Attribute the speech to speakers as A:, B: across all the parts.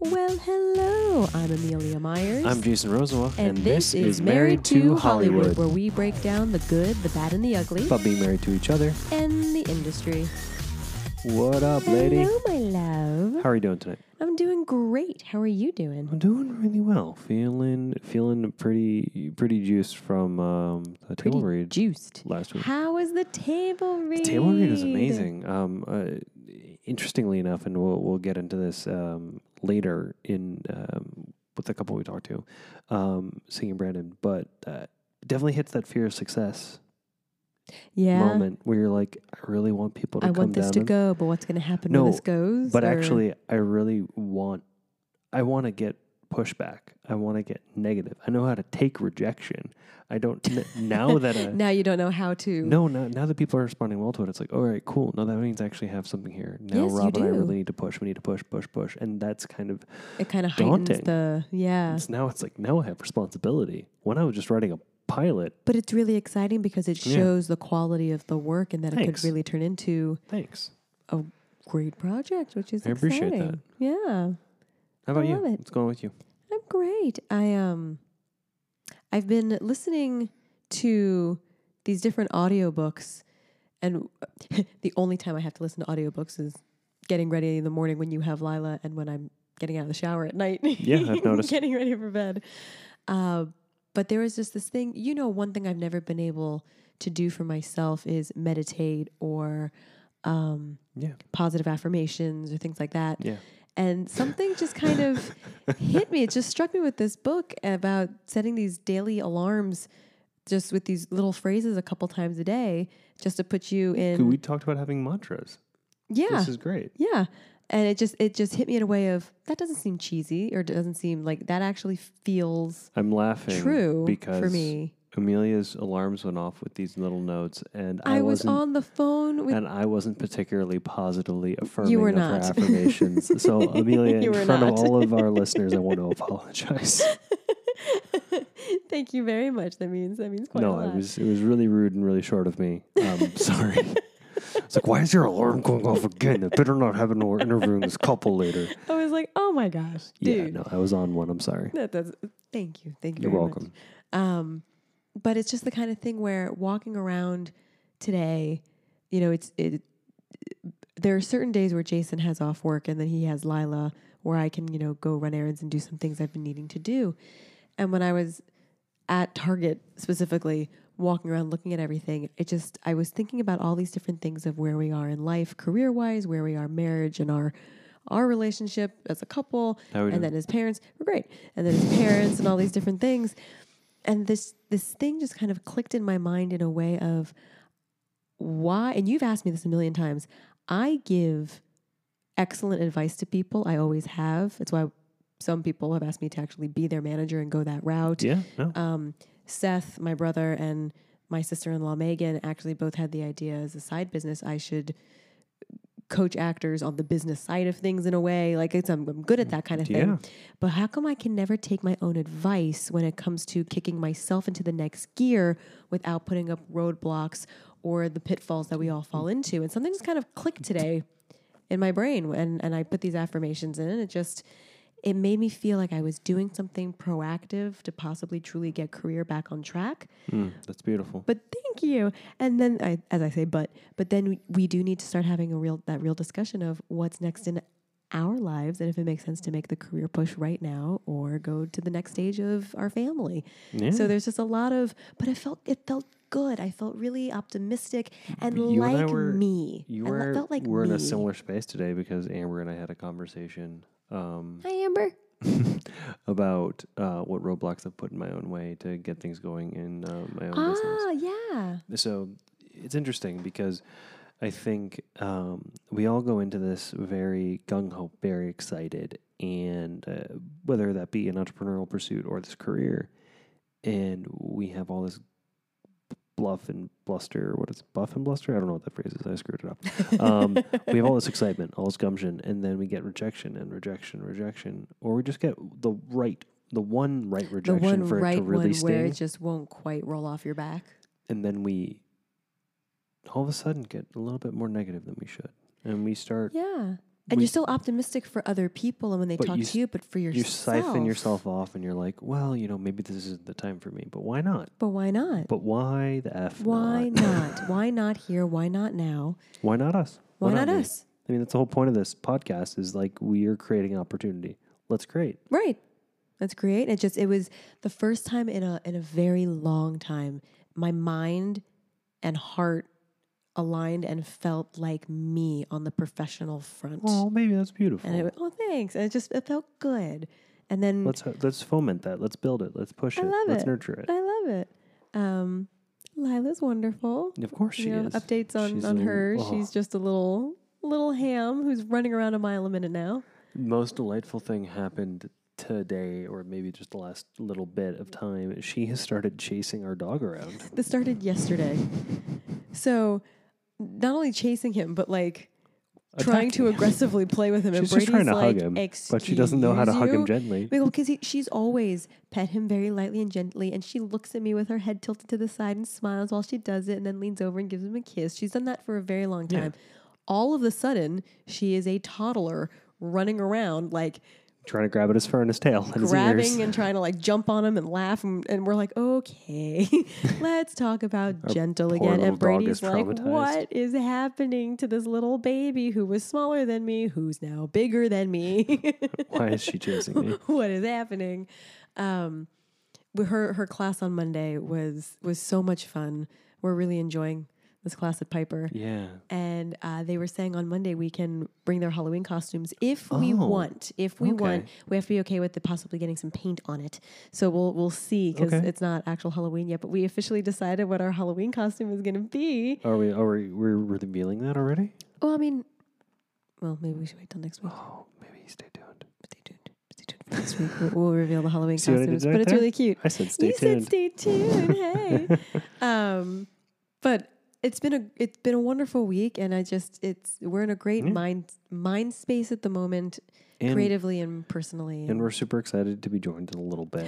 A: Well, hello. I'm Amelia Myers.
B: I'm Jason Rosenwald,
A: and, this, is Married to Hollywood, where we break down the good, the bad, and the ugly,
B: about being married to each other.
A: and the industry.
B: What up, lady?
A: Hello, my love.
B: How are you doing tonight?
A: I'm doing great. How are you doing?
B: I'm doing really well. Feeling feeling pretty pretty juiced from um, the table
A: Pretty
B: read
A: Juiced.
B: last week.
A: How was the table read?
B: table read is amazing. Um, uh, interestingly enough, and we'll we'll get into this um, later in um, with the couple we talked to, um, singing Brandon, but uh, definitely hits that fear of success
A: Yeah.
B: moment where you're like, I really want people to
A: I
B: come
A: want this
B: down
A: to
B: and-
A: go, but what's going to happen
B: No,
A: when this goes?
B: But
A: Or-
B: actually, I really want, I want to get pushback. I want to get negative. I know how to take rejection. I don't n- now that I,
A: now you don't know how to.
B: uh, no now, now that people are responding well to it. It's like all right, cool. Now that means I actually have something here. Now
A: Yes, you
B: Rob and I
A: do.
B: really need to push. We need to push, push, push, and that's kind of
A: It kind of heightens
B: daunting.
A: the. Yeah.
B: it's now. It's like now I have responsibility. When I was just writing a pilot,
A: But it's really exciting because it
B: Yeah.
A: shows the quality of the work and that it could
B: Thanks.
A: really turn into
B: thanks.
A: a great project, which is
B: I appreciate
A: exciting.
B: that.
A: Yeah,
B: How about you?
A: love it.
B: What's going on with you?
A: I'm great. I um, I've been listening to these different audiobooks, and the only time I have to listen to audiobooks is getting ready in the morning when you have Lila and when I'm getting out of the shower at night.
B: Yeah, I've noticed.
A: getting ready for bed. Uh, but there is just this thing, you know, one thing I've never been able to do for myself is meditate or um,
B: Yeah,
A: positive affirmations or things like that.
B: yeah.
A: And something just kind of hit me. It just struck me with this book about setting these daily alarms just with these little phrases a couple times a day just to put you in
B: We talked about having mantras.
A: yeah
B: This is great.
A: yeah and it just it just hit me in a way of that doesn't seem cheesy or doesn't seem like that actually feels
B: I'm laughing
A: true
B: because
A: for me
B: Amelia's alarms went off with these little notes, and I,
A: i, was
B: wasn't,
A: on the phone with
B: and I wasn't particularly positively affirming
A: were
B: of
A: not.
B: her affirmations. so, Amelia,
A: You
B: in
A: were
B: front
A: not.
B: of all of our listeners, I want to apologize.
A: thank you very much that means that means quite a
B: no,
A: lot
B: it was it was really rude and really short of me. Um, sorry. It's like, why is your alarm going off again? I better not have an or interviewing this couple later.
A: i was like oh my gosh dude
B: Yeah, no, I was on one. I'm sorry.
A: That does. Thank you. Thank you.
B: You're
A: very much.
B: welcome.
A: Um, but it's just the kind of thing where walking around today, you know, it's it. There are certain days where Jason has off work, and then he has Lila, where I can you know go run errands and do some things I've been needing to do. And when I was at Target specifically, walking around looking at everything, it just I was thinking about all these different things of where we are in life, career wise, where we are, marriage, and our our relationship as a couple,
B: How are we
A: and
B: doing?
A: then his parents were great, and then his parents and all these different things, and this this thing just kind of clicked in my mind in a way of why. And you've asked me this a million times. I give excellent advice to people. I always have. It's why some people have asked me to actually be their manager and go that route.
B: Yeah, no.
A: Um, Seth, my brother, and my sister in law, Megan, actually both had the idea as a side business I should coach actors on the business side of things in a way. Like, it's, I'm, I'm good at that kind of
B: Yeah.
A: thing. But how come I can never take my own advice when it comes to kicking myself into the next gear without putting up roadblocks or the pitfalls that we all fall into? And something just kind of clicked today in my brain and, and I put these affirmations in and it just it made me feel like I was doing something proactive to possibly truly get career back on track.
B: Mm, that's beautiful.
A: But thank you. And then I as I say but but then we, we do need to start having a real that real discussion of what's next in our lives and if it makes sense to make the career push right now or go to the next stage of our family.
B: Yeah.
A: So there's just a lot of but I felt it felt good. I felt really optimistic and
B: You
A: like
B: and I were-
A: me.
B: You
A: I lo-
B: were,
A: felt like
B: we're in
A: me.
B: a similar space today because Amber and I had a conversation um,
A: Hi Amber.
B: about uh, what roadblocks I've put in my own way to get things going in uh, my own business.
A: Ah, yeah.
B: So it's interesting because I think um, we all go into this very gung ho, very excited, and uh, whether that be an entrepreneurial pursuit or this career, and we have all this bluff and bluster. What is buff and bluster? I don't know what that phrase is. I screwed it up. Um, we have all this excitement, all this gumption, and then we get rejection and rejection, rejection, or we just get the right, the one right
A: The
B: rejection
A: one
B: for it
A: right
B: to really
A: one
B: sting
A: where it just won't quite roll off your back.
B: and then we all of a sudden get a little bit more negative than we should and we start
A: Yeah. And
B: we-
A: you're still optimistic for other people and when they
B: But
A: talk
B: you s-
A: to you, but for yourself.
B: you siphon yourself off and you're like, well, you know, maybe this isn't the time for me, but why not?
A: But why not?
B: But why the F?
A: why not? why not here? Why not now?
B: why not us?
A: Why, not,
B: me?
A: us?
B: I mean, that's the whole point of this podcast is like we are creating opportunity. Let's create.
A: Right. That's great. It just it was the first time in a in a very long time my mind and heart aligned and felt like me on the professional front.
B: Oh, baby, that's beautiful.
A: And it, oh, thanks. And it just it felt good. And then
B: let's uh, let's foment that. Let's build it. Let's push
A: Mm. I
B: it.
A: love
B: let's
A: it.
B: nurture it.
A: I love it. Um, Lila's wonderful.
B: Of course, she
A: you know,
B: is.
A: updates on
B: She's
A: on
B: a-
A: her.
B: oh.
A: She's just a little little ham who's running around a mile a minute now.
B: Most delightful thing happened today, or maybe just the last little bit of time. She has started chasing our dog around.
A: This started yesterday. So not only chasing him, but like trying to
B: Attacking him.
A: aggressively play with him. and
B: She's
A: Brady's
B: just trying to
A: like,
B: hug him, but she doesn't know how to hug
A: "Excuse
B: him
A: you?"
B: gently.
A: Because he, she's always pet him very lightly and gently, and she looks at me with her head tilted to the side and smiles while she does it, and then leans over and gives him a kiss. She's done that for a very long time. All of a sudden, she is a toddler running around, like
B: trying to grab at his fur and his tail and his ears.
A: grabbing and trying to like jump on him and laugh, and, and we're like, okay, let's talk about gentle
B: poor
A: again.
B: little
A: And
B: dog
A: Brady's
B: is
A: like,
B: traumatized.
A: what is happening to this little baby who was smaller than me, who's now bigger than me?
B: Why is she chasing me?
A: what is happening? Um, but her her class on Monday was was so much fun. We're really enjoying this class at Piper,
B: Yeah.
A: and uh, they were saying on Monday we can bring their Halloween costumes if we
B: Oh,
A: want. If we want,
B: okay.
A: we have to be okay with the possibly getting some paint on it. So we'll we'll see because
B: Okay.
A: it's not actual Halloween yet. But we officially decided what our Halloween costume is going to be.
B: Are we? Are we? We're revealing that already?
A: Well, I mean, well, maybe we should wait till next week.
B: Oh, maybe stay tuned.
A: Stay tuned. Stay tuned for next week. We'll- We'll reveal the Halloween
B: See what I did
A: costumes,
B: right
A: but it's
B: there?
A: really cute.
B: I said stay
A: you
B: tuned.
A: said stay tuned. Hey, um, but it's been a it's been a wonderful week, and I just it's we're in a great
B: Yeah.
A: mind mind space at the moment,
B: and,
A: creatively and personally.
B: and we're super excited to be joined in a little bit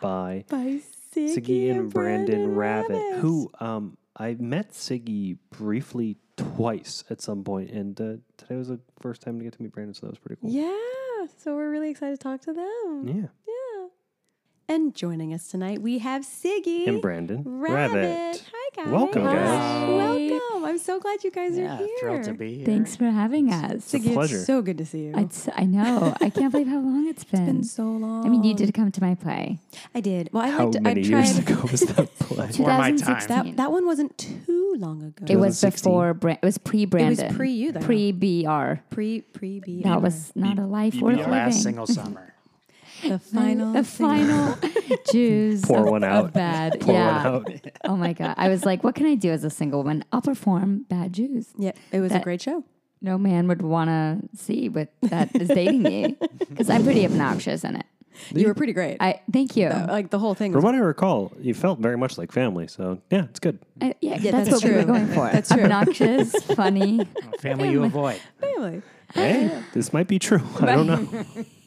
B: by
A: by Siggy,
B: Siggy and Brandon Rabbit,
A: Rabbit.
B: who um I met Siggy briefly twice at some point, and uh, today was the first time to get to meet Brandon, so that was pretty cool.
A: yeah, so we're really excited to talk to them.
B: Yeah.
A: Yeah, and joining us tonight we have Siggy
B: And Brandon
A: Rabbit.
B: Rabbit.
A: Hi guys.
B: Welcome,
C: guys.
A: Hi.
C: Hi.
A: Welcome. I'm so glad you guys
C: yeah,
A: are here.
C: thrilled to be here.
D: Thanks for having us.
B: a
A: Siggy,
B: pleasure.
A: It's so good to see you. Mm.
D: It's, I know. I can't believe how long it's been.
A: been so long.
D: I mean, you did come to my play.
A: I did. Well, I
B: How
A: liked.
B: many
A: I
B: years
A: tried.
B: ago was that play?
C: Before my time.
D: 2016.
A: That that one wasn't too long ago.
D: It was
B: 2016.
D: before. Bra- it was pre-Brandon.
A: It was pre you though.
D: Pre BR.
A: pre pre B.
D: That was not a life worth
C: Your
D: living.
C: last single summer.
A: the final.
D: the
A: thing.
D: final juice.
B: Pour
D: of-
B: one
D: of
B: out.
D: bad.
B: Pour one
D: yeah.
B: out.
D: Oh my god. I was like, what can I do as a single woman? I'll perform bad juice.
A: Yeah, it was a
D: That-
A: great show.
D: No man would want to see, but that is dating me because I'm pretty obnoxious in it.
A: You were pretty great. Uh,
D: I thank you.
A: like the whole thing.
B: From
A: Was,
B: what I recall, you felt very much like family, so yeah, it's good.
D: I- Uh, yeah,
A: Yeah,
D: that's,
A: that's
D: what we were
A: true.
D: going for.
A: That's true.
D: Obnoxious, funny.
C: A family you avoid.
A: family.
B: Hey, this might be true. I don't know.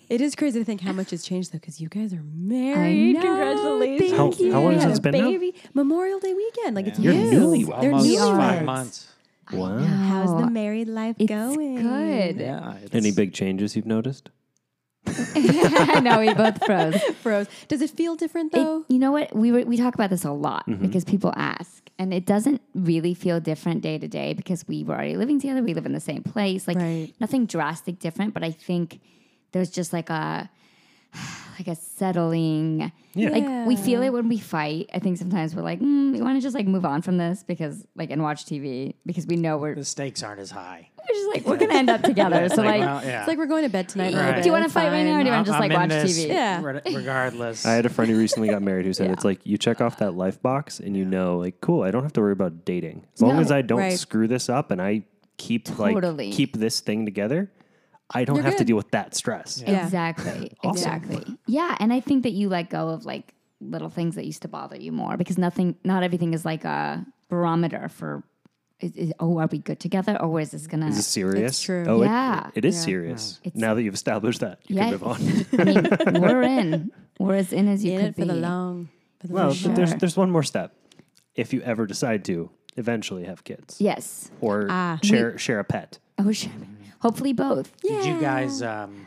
A: It is crazy to think how much has changed though, because you guys are
D: I
A: married.
D: know.
A: Congratulations!
D: Thank How-
B: how you. long
A: You
B: has
A: had
B: this
A: a
B: been now?
A: Baby Memorial Day weekend. Like it's
B: You're
A: new.
B: newlyweds.
A: They're
C: Almost
A: newlyweds.
C: five months.
B: Wow.
A: How's
D: Oh,
A: the married life
D: It's
A: going?
D: good.
C: Yeah. it's-
B: Any big changes you've noticed?
D: I know we both froze.
A: Froze. Does it feel different
D: It-
A: though?
D: you know what? We were, we talk about this a lot because people ask, and it doesn't really feel different day to day because we were already living together. We live in the same place, like
A: Right.
D: nothing drastic different. But I think there's just like a like a settling.
B: Yeah.
D: Like we feel it when we fight. I think sometimes we're like, mm, we want to just like move on from this because like and watch TV because we know we're,
C: The stakes aren't as high.
D: we're just like we're gonna end up together. So like,
C: well, yeah.
A: It's like we're going to bed tonight. a little
C: Right.
A: bit.
D: do you want to
A: It's
D: fight right now or
A: fine.
D: do you
C: I'm-
D: want to just
C: I'm
D: like
C: in
D: watch
C: this
D: TV?
A: Yeah.
C: re- Regardless.
B: I had a friend who recently got married who said it's like you check off that life box and you know like cool I don't have to worry about dating as long
D: No,
B: as I don't
A: right.
B: screw this up and I keep
D: Totally.
B: like keep this thing together I don't
A: You're
B: have to
A: good.
B: deal with that stress
A: Yeah.
D: Exactly.
B: Awesome.
D: Exactly. Yeah. And I think that you let go of like little things that used to bother you more because nothing, not everything is like a barometer for, is, is, oh, are we good together or is this going
B: is
D: to.
B: it serious
A: It's true.
B: oh it-
D: Yeah.
B: it is
A: Yeah.
B: serious
D: It's-
B: now that you've established that you
D: Yeah.
B: can move on
D: I mean, we're in. We're as in as you
A: in
D: could
A: it
D: be.
A: for the long. For the
B: well
A: long
D: sure.
B: but there's there's one more step if you ever decide to eventually have kids
D: Yes.
B: or
A: Ah.
B: share share a pet
D: Oh, sure. Hopefully both.
C: Did you guys um,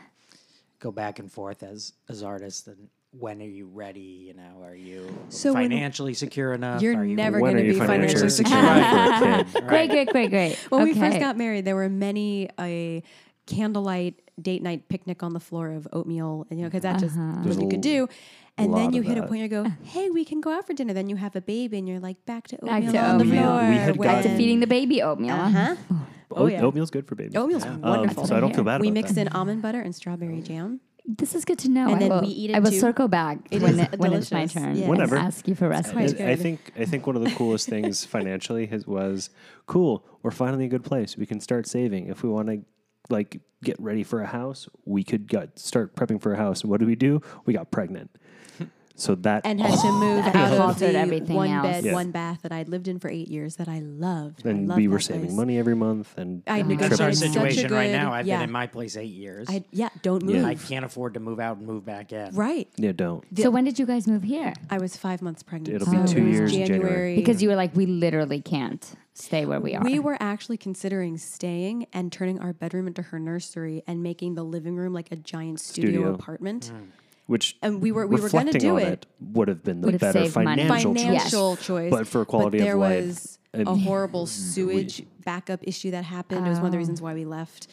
C: go back and forth as as artists? And when are you ready? You know, are you
E: So when-
C: financially secure enough?
E: You're
C: Are you-
E: never
B: when
E: gonna
B: are you
E: be financially
B: financially secure for
C: secure.
B: a kid?
D: Great, great, great, great.
A: When we
D: Okay.
A: first got married, there were many a candlelight date night picnic on the floor of oatmeal, and you know, because that
D: Uh-huh.
A: just
B: There's
A: was what
B: a
A: you could do. And
B: lot
A: then you
B: of
A: hit a
B: that.
A: point you go, hey, we can go out for dinner. Then you have a baby, and you're like, back to
D: Back
A: oatmeal
D: to
A: on the
D: oatmeal.
A: floor.
B: We had
D: back to
B: gotten-
A: when-
D: feeding the baby oatmeal.
A: Uh-huh.
B: Oh,
A: yeah.
B: Oatmeal's good for babies.
A: Oatmeal's
B: Um,
A: wonderful.
B: so I don't feel bad
A: we
B: about
A: mix
B: that.
A: in almond butter and strawberry jam.
D: This is good to know.
A: And
D: I
A: then
D: will,
A: we eat it
D: I will
A: too.
D: circle back
A: It is
D: when, it, when it's my
A: delicious.
D: turn.
A: Yes.
D: and
B: Whatever.
D: ask you for recipes.
A: quite
B: I I
A: good.
B: think I think one of the coolest things financially has, was cool. We're finally a good place. We can start saving if we want to, like get ready for a house. We could get, start prepping for a house. What do we do? We got pregnant, so Oh, that
A: And had to move
D: That
A: out of
D: altered
A: the
D: everything
A: one
D: else.
A: bed,
B: Yeah.
A: one bath that I'd lived in for eight years that I loved. I
B: and
A: loved
B: we were
A: that
B: saving
A: place.
B: money every month. And
A: I
B: tripping.
C: That's our
A: It's such a
C: situation right
A: good-
C: now. I've
A: yeah.
C: been in my place eight years.
A: I, yeah, don't move.
B: Yeah.
C: I can't afford to move out and move back in.
A: Right.
B: Yeah, don't.
D: so when did you guys move here?
A: I was five months pregnant.
B: It'll be
A: so
D: two
A: it was
B: years in January.
D: Oh, Because you were like, we literally can't stay where we are.
A: We were actually considering staying and turning our bedroom into her nursery and making the living room like a giant studio,
B: Studio.
A: apartment.
B: Which
A: And we were we were going to
B: reflecting
A: do
B: on
A: it.
B: would have been the
D: Would've
B: better
D: saved money.
B: financial, choice.
A: Financial choice,
B: but for quality of
A: there
B: life, Mm,
A: was
B: and-
A: a horrible sewage backup issue that happened. It was one
D: Oh.
A: of the reasons why we left.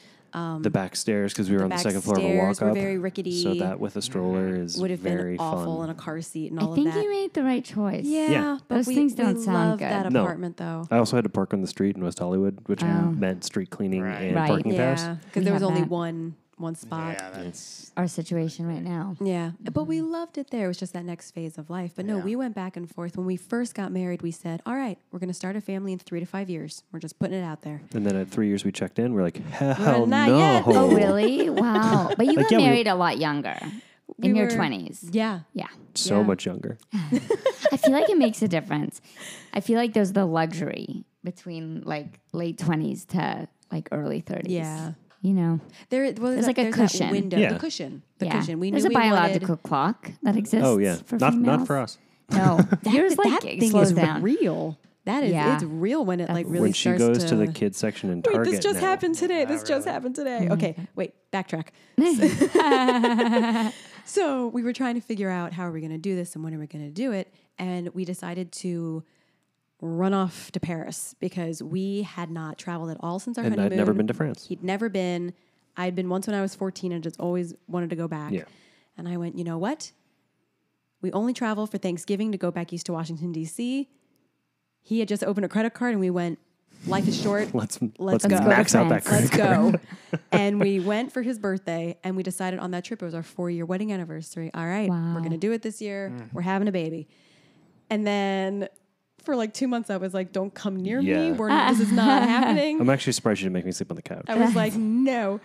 B: the back stairs because we were on the
A: back
B: second floor of a
A: stairs
B: walk
A: were
B: up.
A: very
B: So
A: rickety. Uh-huh.
B: that with a stroller is
A: Would have
B: very
A: been awful
B: fun.
A: in a car seat and all
D: I think
A: of that.
D: you made the right choice.
A: yeah,
B: Yeah.
A: but
D: Those
A: we,
D: things
A: we
D: don't sound
A: love
D: good.
A: that
B: No.
A: apartment though.
B: I also had to park on the street in West Hollywood, which meant street cleaning
C: Right.
B: and
D: Right.
B: parking
A: Oh. Yeah,
B: pass.
A: because
D: We
A: there was
D: have
A: only
D: that.
A: one one spot.
C: Yeah, that's
D: Our situation right now.
A: Yeah, but we
D: Mm-hmm.
A: loved it there. It was just that next phase of life. But no, we went back and forth. When we first got married, we said, "All right, we're going to start a family in three to five years. We're just putting it out there."
B: And then at three years, we checked in. We're like, hell
A: not
B: no.
A: yet.
D: Oh, really? Wow. But you got
B: yeah, we-
D: married a lot younger, in your
A: were-
D: 20s.
A: Yeah,
D: Yeah.
B: So
A: Yeah.
B: much younger.
D: I feel like it makes a difference. I feel like there's the luxury between like late 20s to like early 30s.
A: Yeah.
D: You know,
A: there. Well, there's
D: There's
A: that-
D: like a
A: there's
D: cushion.
A: That window,
B: Yeah.
A: the cushion, the
D: yeah.
A: cushion. We
D: there's
A: knew
D: a
A: we
D: biological clock that exists.
B: Oh, yeah.
D: for
B: not not
D: females.
B: for us.
D: No, yours like
A: wanted, that
D: it
A: thing
D: slows
A: is
D: down.
A: real. That is,
D: Yeah.
A: it's real when it like really
B: when she
A: starts
B: goes to, the kids section in
A: Wait,
B: Target.
A: this just
B: now,
A: happened today. this just happened
D: Mm-hmm.
A: today. Okay, wait, backtrack. so we were trying to figure out how are we going to do this and when are we going to do it, and we decided to run off to Paris because we had not traveled at all since our
B: And
A: honeymoon.
B: I'd never been to France.
A: He'd never been. I'd been once when I was fourteen and just always wanted to go back.
B: Yeah.
A: And I went, you know what? We only travel for Thanksgiving to go back east to Washington D.C. He had just opened a credit card, and we went. Life is short.
B: Let's, let's,
A: Let's go.
B: max out that
D: Let's
B: credit
A: Let's
B: card.
A: go. and we went for his birthday and we decided on that trip. It was our four year wedding anniversary. All right,
D: Wow.
A: we're going to do it this year.
B: Mm.
A: We're having a baby. And then for like two months, I was like, don't come near
B: Yeah.
A: me. We're, this is not happening.
B: I'm actually surprised you didn't make me sleep on the couch.
A: I was like, no.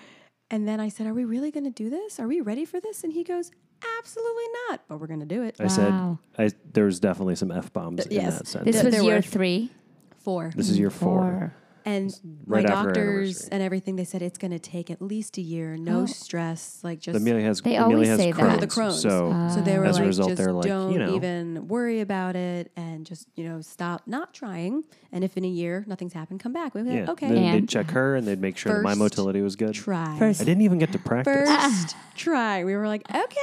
A: And then I said, are we really going to do this? Are we ready for this? And he goes, absolutely not, but we're going to do it.
B: I said,
D: Wow.
B: I, there was definitely some F bombs in
A: yes.
B: that sense.
D: This
A: There-
D: was
A: there
D: year
A: were-
D: three.
A: Four.
B: This is year four.
A: And
B: right
A: my
B: after our
A: doctors
B: anniversary.
A: and everything, they said it's going to take at least a year. No
D: Oh.
A: stress. Like just.
B: Amelia has,
D: They
B: Amelia
D: always
B: has
D: say that. Ah.
B: Crohn's.
A: Oh, the Crohn's.
B: So
A: So they were
B: As a
A: like,
B: result,
A: just
B: they're like, you
A: don't
B: know."
A: even worry about it and just, you know, stop not trying. And if in a year nothing's happened, come back. We were
B: yeah.
A: like, okay,
B: Then they'd
D: And-
B: check her and they'd make sure that my
A: First
B: motility was good.
A: try.
B: I
D: First, Ah.
B: didn't even get to practice.
A: First try. We were like, okay.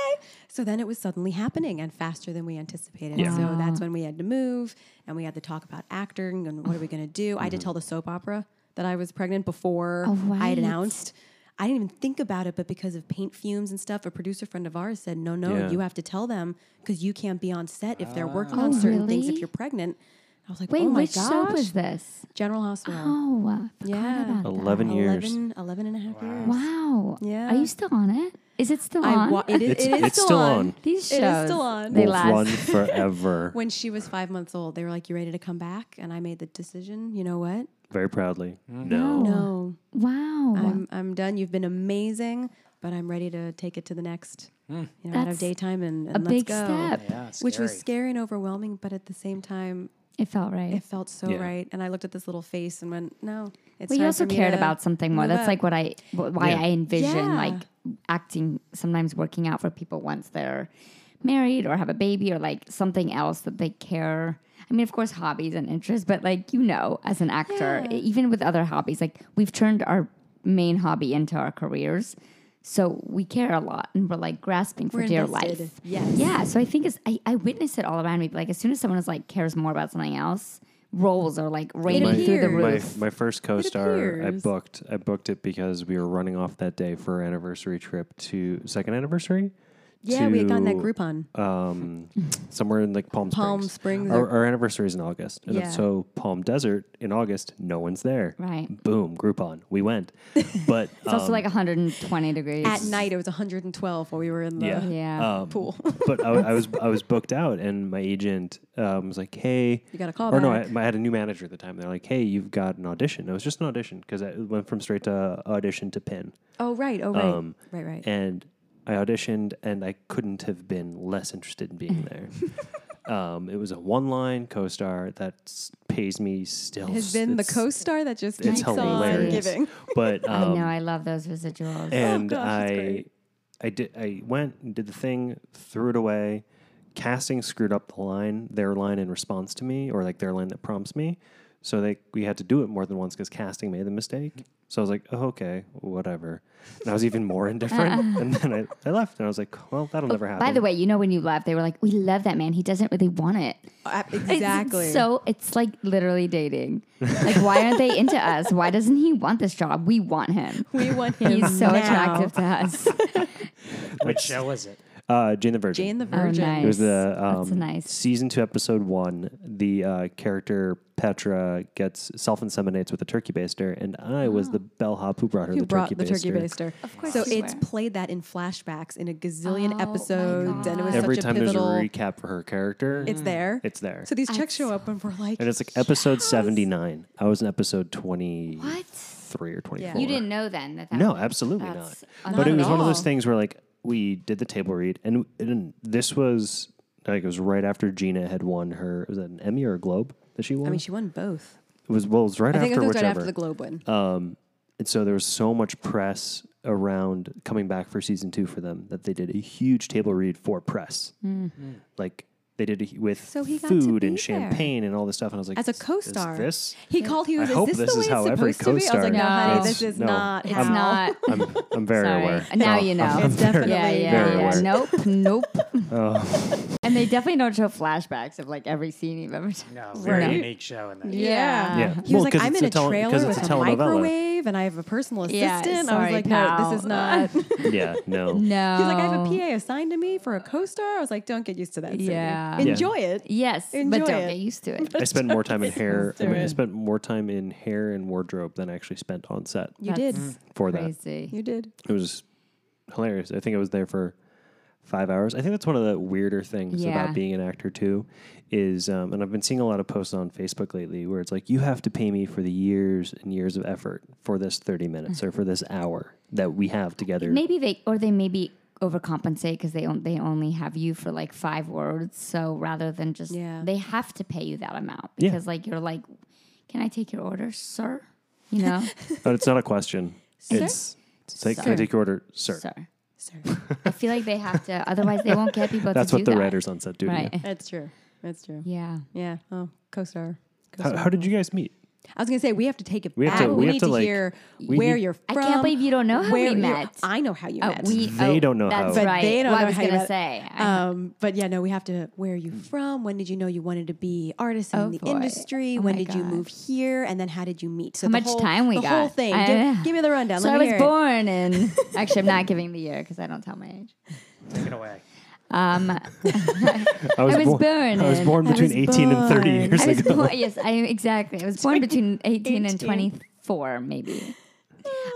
A: So then it was suddenly happening and faster than we anticipated.
B: Yeah.
A: So that's when we had to move and we had to talk about acting and what are we going to do. I had to tell the soap opera that I was pregnant before
D: Mm-hmm. Oh,
A: I
D: right.
A: had announced. I didn't even think about it, but because of paint fumes and stuff, a producer friend of ours said, no, no,
B: Yeah.
A: you have to tell them because you can't be on set if they're working on certain things if
D: Oh, really?
A: you're pregnant. I was like,
D: wait,
A: oh my
D: which soap
A: gosh.
D: was this?
A: General Hospital.
D: Oh, I forgot
A: Yeah.
D: about that.
B: 11 years.
A: 11, 11 and a half years.
D: Wow.
A: Yeah.
D: Are you still on it? Is it still
A: I
D: on?
A: wa- it is,
B: It's-
A: it is
B: it's still on.
D: These shows.
A: It is still on.
D: They
B: will
D: last.
B: run forever.
A: When she was five months old, they were like, You ready to come back? And I made the decision, you know what?
B: Very proudly. No.
A: No,
D: Oh. Wow.
A: I'm, I'm done. You've been amazing, but I'm ready to take it to the next,
B: Hmm.
A: you know, out
D: That's
A: of daytime and, and
D: a
A: let's
D: big
A: go.
D: step.
C: yeah,
A: Which was
C: scary.
A: scary and overwhelming, but at the same time,
D: It felt right.
A: it felt so
B: Yeah.
A: right. And I looked at this little face and went, No, it's
D: well, you
A: time
D: also
A: for me
D: cared
A: to
D: about something more.
A: move
D: That's
A: up."
D: like what I, wh- why
B: Yeah.
D: I envision
A: Yeah.
D: like acting, sometimes working out for people once they're married or have a baby or like something else that they care. I mean, of course, hobbies and interests, but like, you know, as an actor, e-,
A: Yeah.
D: even with other hobbies, like we've turned our main hobby into our careers. So we care a lot and we're like grasping for
A: We're
D: dear
A: invested.
D: life.
A: Yes.
D: Yeah. So I think it's, I, I witness it all around me. But like as soon as someone is like cares more about something else, roles are like raining through the
A: appears.
B: my,
D: roof.
B: my first co-star I
A: appears.
B: booked I booked it because we were running off that day for our anniversary trip to second anniversary.
A: Yeah, we had gotten that
B: to,
A: Groupon.
B: um, somewhere in like Palm Springs.
A: Palm Springs.
B: Our, our anniversary is in August, and
A: Yeah.
B: so Palm Desert in August, no one's there.
D: Right.
B: Boom, Groupon. We went, but um,
D: It's also like 120 degrees.
A: At night, it was 112 while we were in the.
B: yeah,
D: Yeah.
B: um,
A: Pool.
B: but I, I was I was booked out, and my agent um, was like, "Hey,
A: You got a call
B: Or no, I,
A: back.
B: I had a new manager at the time. They're like, "Hey, you've got an audition." It was just an audition because it went from straight to audition to pin.
A: Oh, right. Oh, right.
B: Um,
A: right, right.
B: and I auditioned, and I couldn't have been less interested in being there. um, it was a one-line co-star that s- pays me still.
A: Has
B: s-
A: been the
B: it's-
A: co star that just
B: It's
A: keeps on
B: hilarious,
A: giving.
B: but
D: I
B: um,
D: know. I love those residuals.
B: and
A: gosh, that's
B: I,
A: great.
B: I did. I went and did the thing, threw it away. Casting screwed up the line, their line in response to me, or like their line that prompts me. So they we had to do it more than once because casting made the mistake. So I was like, oh, okay, whatever. And I was even more indifferent. and then I, I left, and I was like, well, that'll never happen.
D: By the way, you know when you left, they were like, "We love that man. He doesn't really want it."
A: Uh,
D: It's-
A: Exactly.
D: It's so it's like literally dating. Like, why aren't they into us? Why doesn't he want this job? We want him.
A: we want him.
D: He's so
A: now.
D: attractive to us.
C: Which show was it?
B: uh, Jane the Virgin.
A: Jane the
D: Oh,
A: Virgin.
D: nice.
B: It was the
D: That's
B: um,
D: nice.
B: season two, episode one. The uh, character Petra gets self inseminates with a turkey baster, and I was the bellhop who brought her
A: Ah. Who
B: the
A: brought
B: turkey
A: the
B: baster.
A: turkey baster? Of
D: course
A: So
D: you
A: it's
D: were.
A: played that in flashbacks in a gazillion
D: Oh, my
A: episodes, and it was
D: God.
B: Every
A: such
B: time
A: a
B: there's a
A: pivotal.
B: recap for her character,
A: it's there.
B: it's there.
A: So these checks show up, and we're like,
B: and it's like episode seventy nine. I was in episode twenty three or twenty four.
D: You didn't know then that. that
B: No, absolutely
D: that's
B: not.
D: un-
B: But
D: Not
B: it
D: at
B: was one of those
D: all.
B: things where like we did the table read, and, and this was like it was right after Gina had won her. Was that an Emmy or a Globe that she won?
A: I mean, she won both.
B: it was well, it was "Hmm." right
A: I think
B: after
A: it was
B: whichever.
A: right after the Globe win.
B: And so there was so much press around coming back for season two for them that they did a huge table read for press. Like they did it with
A: So he got to
B: food
A: be
B: and
A: there.
B: champagne and all this stuff. And I was like,
A: As a
B: "Is- is
A: co-star,
B: this?
A: he called. He
B: I
A: was, "Is
B: hope
A: this,
B: this
A: the way
B: is
A: it's
B: how every
A: supposed to be?" I was like, "No,
D: co-star
A: honey,
D: is.
A: this is
B: No,
A: not
D: It's
A: how."
D: not.
B: I'm, I'm very
D: Sorry.
B: aware.
D: Now
B: No,
D: you know.
B: I'm
A: It's definitely
D: yeah,
B: very
D: yeah,
B: aware.
D: yeah.
B: Oh.
D: Nope, nope. And they definitely don't show flashbacks of like every scene you've ever done.
C: No, very
D: Right.
C: unique show in that.
A: Yeah.
D: Yeah.
A: He was
B: Well,
A: like,
B: 'cause
A: I'm
B: it's
A: in
B: a
A: a,
B: tele- 'cause
A: trailer
B: it's a
A: with a,
B: telenovela.
A: microwave and I have a personal
D: Yeah,
A: assistant. I
D: sorry,
A: was like, no, this is
D: pal.
A: not. He's
B: yeah, no.
D: No.
A: like, I
D: Oh.
A: have a PA assigned to me for a co star. I was like, don't get used to that. Sadie.
D: Yeah. Yeah.
A: Enjoy it.
D: Yes,
A: Enjoy
D: but don't
A: it.
D: get used to it.
B: I spent more time in hair. I, mean, I
A: Sorry.
B: spent more time in hair and wardrobe than I actually spent on set
A: You
D: That's
A: did.
B: for that.
D: Crazy.
A: You did.
B: It was hilarious. I think I was there for five hours. I think that's one of the weirder things
D: Yeah.
B: about being an actor too is, um, and I've been seeing a lot of posts on Facebook lately where it's like you have to pay me for the years and years of effort for this thirty minutes or for this hour that we have together.
D: Maybe they or they maybe overcompensate because they on, they only have you for like five words. So rather than just
A: Yeah.
D: they have to pay you that amount
B: Yeah.
D: because like you're like, can I take your order, sir? You know,
B: But it's not a question. It's, it's like, can I
D: Sir.
B: take your order, sir?
D: sir.
A: Sorry.
D: I feel like they have to, otherwise they won't get people.
B: That's
D: to
B: what
D: do
B: the
D: that.
B: writers on set do. to you.
D: right?
A: That's true. That's true.
D: Yeah.
A: Yeah. Oh, co star.
B: How, how did you guys meet?
A: I was gonna say we have to take it
B: We have
A: back.
B: to- we
A: we,
B: have
A: need
B: to,
A: to,
B: like,
A: hear
B: we
A: where
B: need-
A: you're
D: I
A: from.
D: can't believe you don't know how we
A: where you-
D: met.
A: I know how you
D: Oh,
A: met.
D: we
B: They
D: oh,
B: don't know
D: that's
B: how.
A: but
D: right.
A: they don't
D: well,
A: know
D: I was
A: how you
D: gonna
A: met.
D: say. I- Mm.
A: Um, but yeah, no, we have to. Where are you from? When did you know you wanted to be artists in
D: Oh,
A: the
D: boy.
A: industry?
D: Oh,
A: when
D: my
A: did you
D: God.
A: move here? And then how did you meet? So
D: how
A: the
D: much
A: whole-
D: time we
A: the
D: got?
A: whole thing.
D: I-
A: give, give me the rundown.
D: So
A: Let me
D: I was
A: hear it.
D: born in. Actually, I'm not giving the year because I don't tell my age.
C: Take it away.
D: Um,
B: I was,
D: was born
B: I was
D: in-
B: born
A: I was
B: between 18 and 30
A: born.
B: years
D: I was
B: ago.
D: born, yes, I exactly. I was born between 18 and 24, maybe.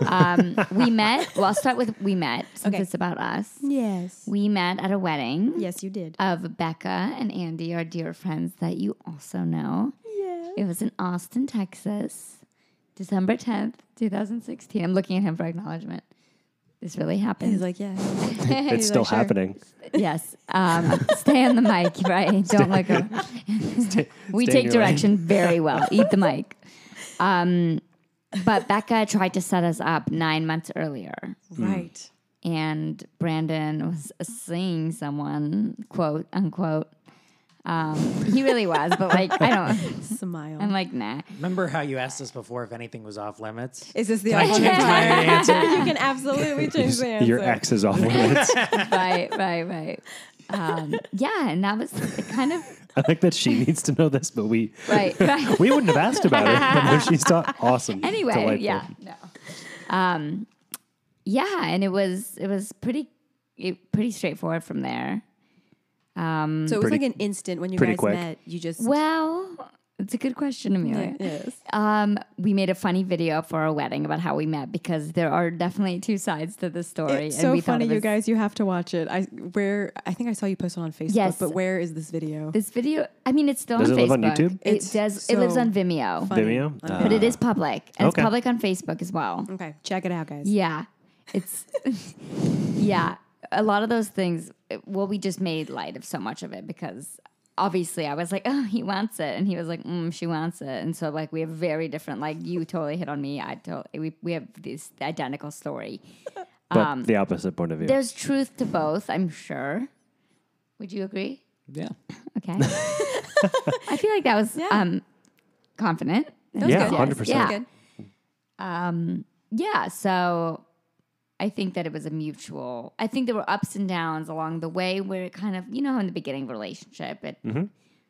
D: Um, we met, well, I'll start with we met since
A: Okay.
D: it's about us.
A: Yes.
D: We Uh, met at a wedding
A: Yes, you did.
D: of Becca and Andy, our dear friends that you also know.
A: Yeah.
D: It was in Austin, Texas, December 10th, 2016. I'm looking at him for acknowledgement. This really happened.
A: He's like, yeah.
B: It's still happening.
D: Yes. Um, stay on the mic, right? Don't look over. we
B: stay in
D: take
B: your lane.
D: direction very well. Eat the mic. Um, but Becca tried to set us up nine months earlier,
B: Hmm.
A: Right.
D: and Brandon was seeing someone, quote unquote, Um, he really was, but like I don't.
A: Smile.
D: I'm like nah.
C: Remember how you asked us before if anything was off limits?
A: Is this the
C: Can I
A: option?
C: change my answer?
A: you can absolutely change the answer.
B: Your ex is off limits.
D: right, right, right. Um, yeah, and that was kind of
B: I like that she needs to know this, but we
D: right, right.
B: we wouldn't have asked about it. But no, she's taught. Awesome.
D: anyway,
B: Delightful.
D: yeah, no, um, yeah, and it was it was pretty it, pretty straightforward from there. Um,
A: so it was
B: Pretty-
A: like an instant when you
B: pretty
A: guys
B: quick.
A: met. You just
D: well, it's a good question, Amelia.
A: yes.
D: Um, we made a funny video for our wedding about how we met because there are definitely two sides to the story.
A: It's so
D: we thought
A: funny,
D: it
A: you
D: was-
A: guys. You have to watch it. I where I think I saw you post it on Facebook.
D: Yes.
A: but where is this video?
D: This video, I mean, it's still
B: Does
D: on
B: it live on
D: Facebook.
B: YouTube?
D: It
A: It's
D: does. it lives
A: so
D: on Vimeo,
A: Funny.
B: Vimeo?
A: Okay.
B: Uh,
D: but it is public. And
B: Okay.
D: It's public on Facebook as well.
A: okay, check it out, guys.
D: Yeah. It's yeah. A lot of those things it- well, we just made light of so much of it because obviously I was like, Oh, he wants it and he was like, mm, she wants it. And so like we have very different like you totally hit on me, I totally we we have this identical story.
B: but the opposite point of view.
D: um, There's truth to both, I'm sure. Would you agree?
C: Yeah.
D: Okay. I feel like that was um confident.
B: Yeah,
D: good.
B: hundred percent.
D: Yeah.
A: Good.
D: um yeah so i think that it was a mutual i think there were ups and downs along the way where it kind of you know in the beginning of a relationship it,
C: Mm-hmm.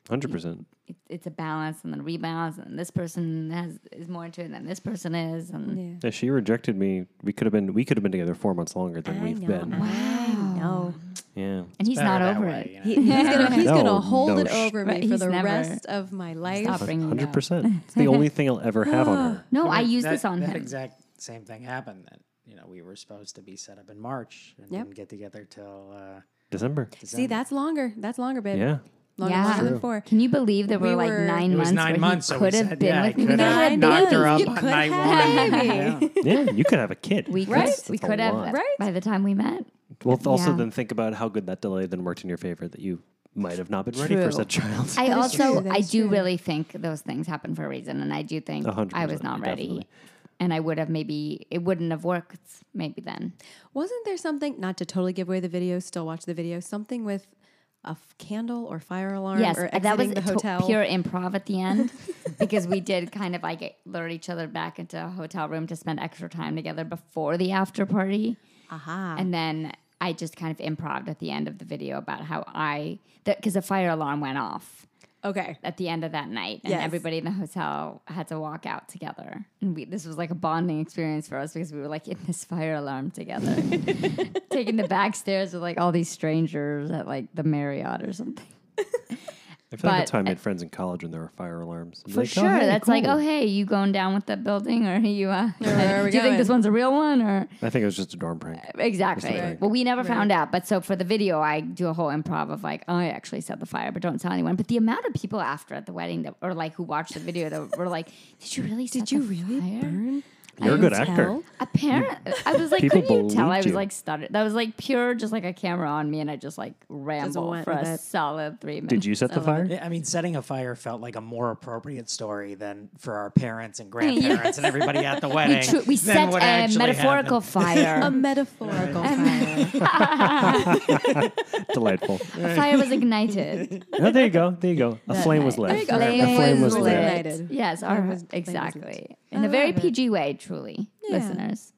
B: Hundred percent.
D: it it's a balance and then a rebalance and this person has is more into it than this person is and
B: If she rejected me, we could have been we could have been together four months longer than we've been.
A: I know.
B: Yeah.
D: and he's
C: Better
D: not
C: that
D: over
C: way,
D: it
C: you know?
A: He- he's gonna, he's
B: No,
A: gonna hold
B: no
A: it
B: sh-
A: over me
D: Right,
A: for
D: he's
A: the
D: never-
A: rest of my life.
D: stop bringing it
B: Hundred
D: up.
B: percent. It's the only thing I'll ever have on her.
D: no i
C: mean,
D: use
C: that-
D: this on
C: that
D: him
C: exact same thing happened then. You know, we were supposed to be set up in March and didn't get together till uh,
B: December.
A: See, that's longer. That's longer, babe.
B: Yeah.
A: Longer,
D: Yeah.
A: longer than
D: True.
A: four.
D: can you believe there
A: We
D: were, like
A: were-
D: nine
C: it
D: months
C: was
D: where
C: nine
D: he
C: months, so we
D: could have
C: said,
D: been
C: yeah, I
D: with me
C: could have
A: Nine
C: knocked her up
A: months. You
C: on
A: could
C: night
A: have
C: one.
A: had
C: Yeah.
B: Yeah. You could have a kid.
D: we could,
A: Right?
D: we
B: That's a
D: could
B: lot.
D: have
A: Right?
D: by the time we met
B: Well, th- also
D: Yeah.
B: then think about how good that delay then worked in your favor that you might have not been ready for
D: True.
B: said child.
D: I
A: That is
D: also
A: true, that
D: I
A: is
D: do
A: true.
D: really think those things happen for a reason, and I do think
B: A hundred
D: I was
B: percent,
D: not ready,
B: definitely.
D: and I would have maybe it wouldn't have worked maybe then.
A: Wasn't there something? Not to totally give away the video. Still watch the video. Something with a f- candle or fire alarm
D: yes,
A: or
D: uh,
A: exiting
D: that was
A: the
D: to-
A: hotel.
D: pure improv at the end because we did kind of like lure each other back into a hotel room to spend extra time together before the after party,
A: Aha.
D: and then I just kind of improv at the end of the video about how I because the fire alarm went off.
A: okay.
D: at the end of that night, and
A: Yes.
D: everybody in the hotel had to walk out together. And we, this was like a bonding experience for us because we were like in this fire alarm together, taking the back stairs with like all these strangers at like the Marriott or something.
B: I feel like
D: But-
B: the time I had friends in college when there were fire alarms.
D: For sure, that's like, oh hey, you going down with that building, or you? Uh,
A: where are we
D: do you think this
A: going?
D: one's a real one, or
B: I think it was just a dorm prank.
D: exactly?
B: Right.
D: Well, we never found out. But so for the video, I do a whole improv of like, oh, I actually set the fire, but don't tell anyone. But the amount of people after at the wedding that, or like who watched the video that were like, did you really? set
A: Did you
D: the
A: really
D: fire?
A: burn?
B: You're a good actor.
A: hotel?
D: Apparently, I was like,
B: People
D: could you tell? I
B: believed
D: was
B: you.
D: like stuttered. That was like pure, just like a camera on me, and I just like rambled
A: went
D: for a
A: with it.
D: solid three minutes.
B: Did you set the fire?
C: Yeah, I mean, setting a fire felt like a more appropriate story than for our parents and grandparents and everybody at the wedding.
D: True, we
C: than
D: set
C: what
D: a
C: actually
D: metaphorical
C: happened.
A: A
D: fire.
A: metaphorical
D: Um,
A: fire.
B: Delightful.
D: a fire was ignited.
B: oh, there you go. There you go. A flame was lit.
A: There you go.
B: A
A: Flame
B: flame
A: was
B: was
A: lit.
B: lit.
A: Ignited.
D: Yes, our,
A: was- flame was
D: exactly.
A: lit.
D: In
A: I
D: a very
A: love it.
D: PG way, truly, listeners.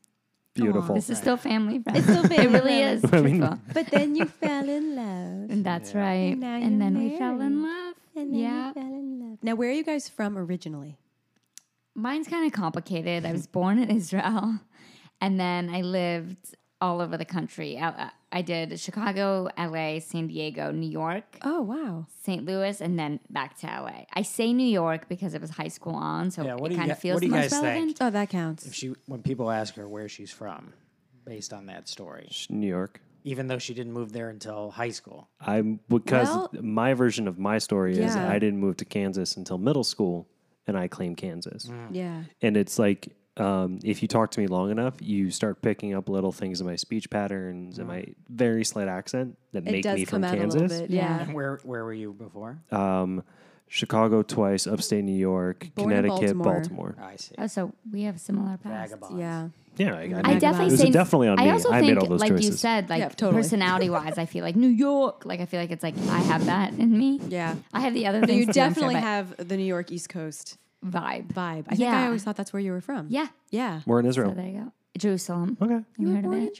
B: Beautiful.
D: This is still family friendly.
A: still
D: it
A: family
D: really is.
B: I mean-
D: truthful.
A: but then you fell in love.
D: and that's right.
A: now
D: and
A: you're
D: then we fell in love.
A: then you
D: yeah.
A: fell in love. Now, where are you guys from originally?
D: Mine's kind of complicated.
C: Mm-hmm.
D: I was born in Israel, and then I lived all over the country. I, I did Chicago, LA, San Diego, New York,
A: Oh, wow.
D: St. Louis, and then back to LA. I say New York because it was high school on, so
C: Yeah, what do
D: it
C: you
D: kind of
C: gu-
D: feels
C: what do you
D: most
C: guys think?
D: relevant.
A: Oh, that counts.
C: She, when people ask her where she's from, based on that story,
B: New York.
C: even though she didn't move there until high school.
B: I'm because
A: Well-
B: my version of my story is
A: Yeah.
B: I didn't move to Kansas until middle school, and I claim Kansas.
A: Yeah.
B: and it's like um, if you talk to me long enough, you start picking up little things in my speech patterns and my very slight accent that
A: Mm. It
B: make
A: does
B: me
A: come
B: from
A: out
B: Kansas.
A: a little bit. Yeah.
D: Yeah.
C: Where where were you before?
B: Um, Chicago twice, upstate New York,
A: Born in
B: Connecticut,
A: Baltimore.
B: Baltimore.
C: I see.
D: Oh, so we have similar pasts.
C: Vagabonds.
A: Yeah.
B: Yeah, I,
A: I
B: I,
A: definitely
B: it was
D: say-
B: definitely on me.
D: I also
B: I
D: think,
B: made all those
D: like
B: choices.
D: you said, like
A: Yeah, totally.
D: personality wise, I feel like New York. Like I feel like it's like I have that in me.
A: Yeah.
D: I have the other things.
A: You
D: too, I'm
A: definitely
D: sure, but
A: have the New York East Coast
D: vibe.
A: vibe. I think
D: Yeah.
A: I always thought that's where you were from.
D: Yeah.
A: Yeah.
B: We're in
D: So
B: Israel.
D: there you go. Jerusalem.
B: Okay.
D: You heard of
A: Born
D: it? Oh.
A: in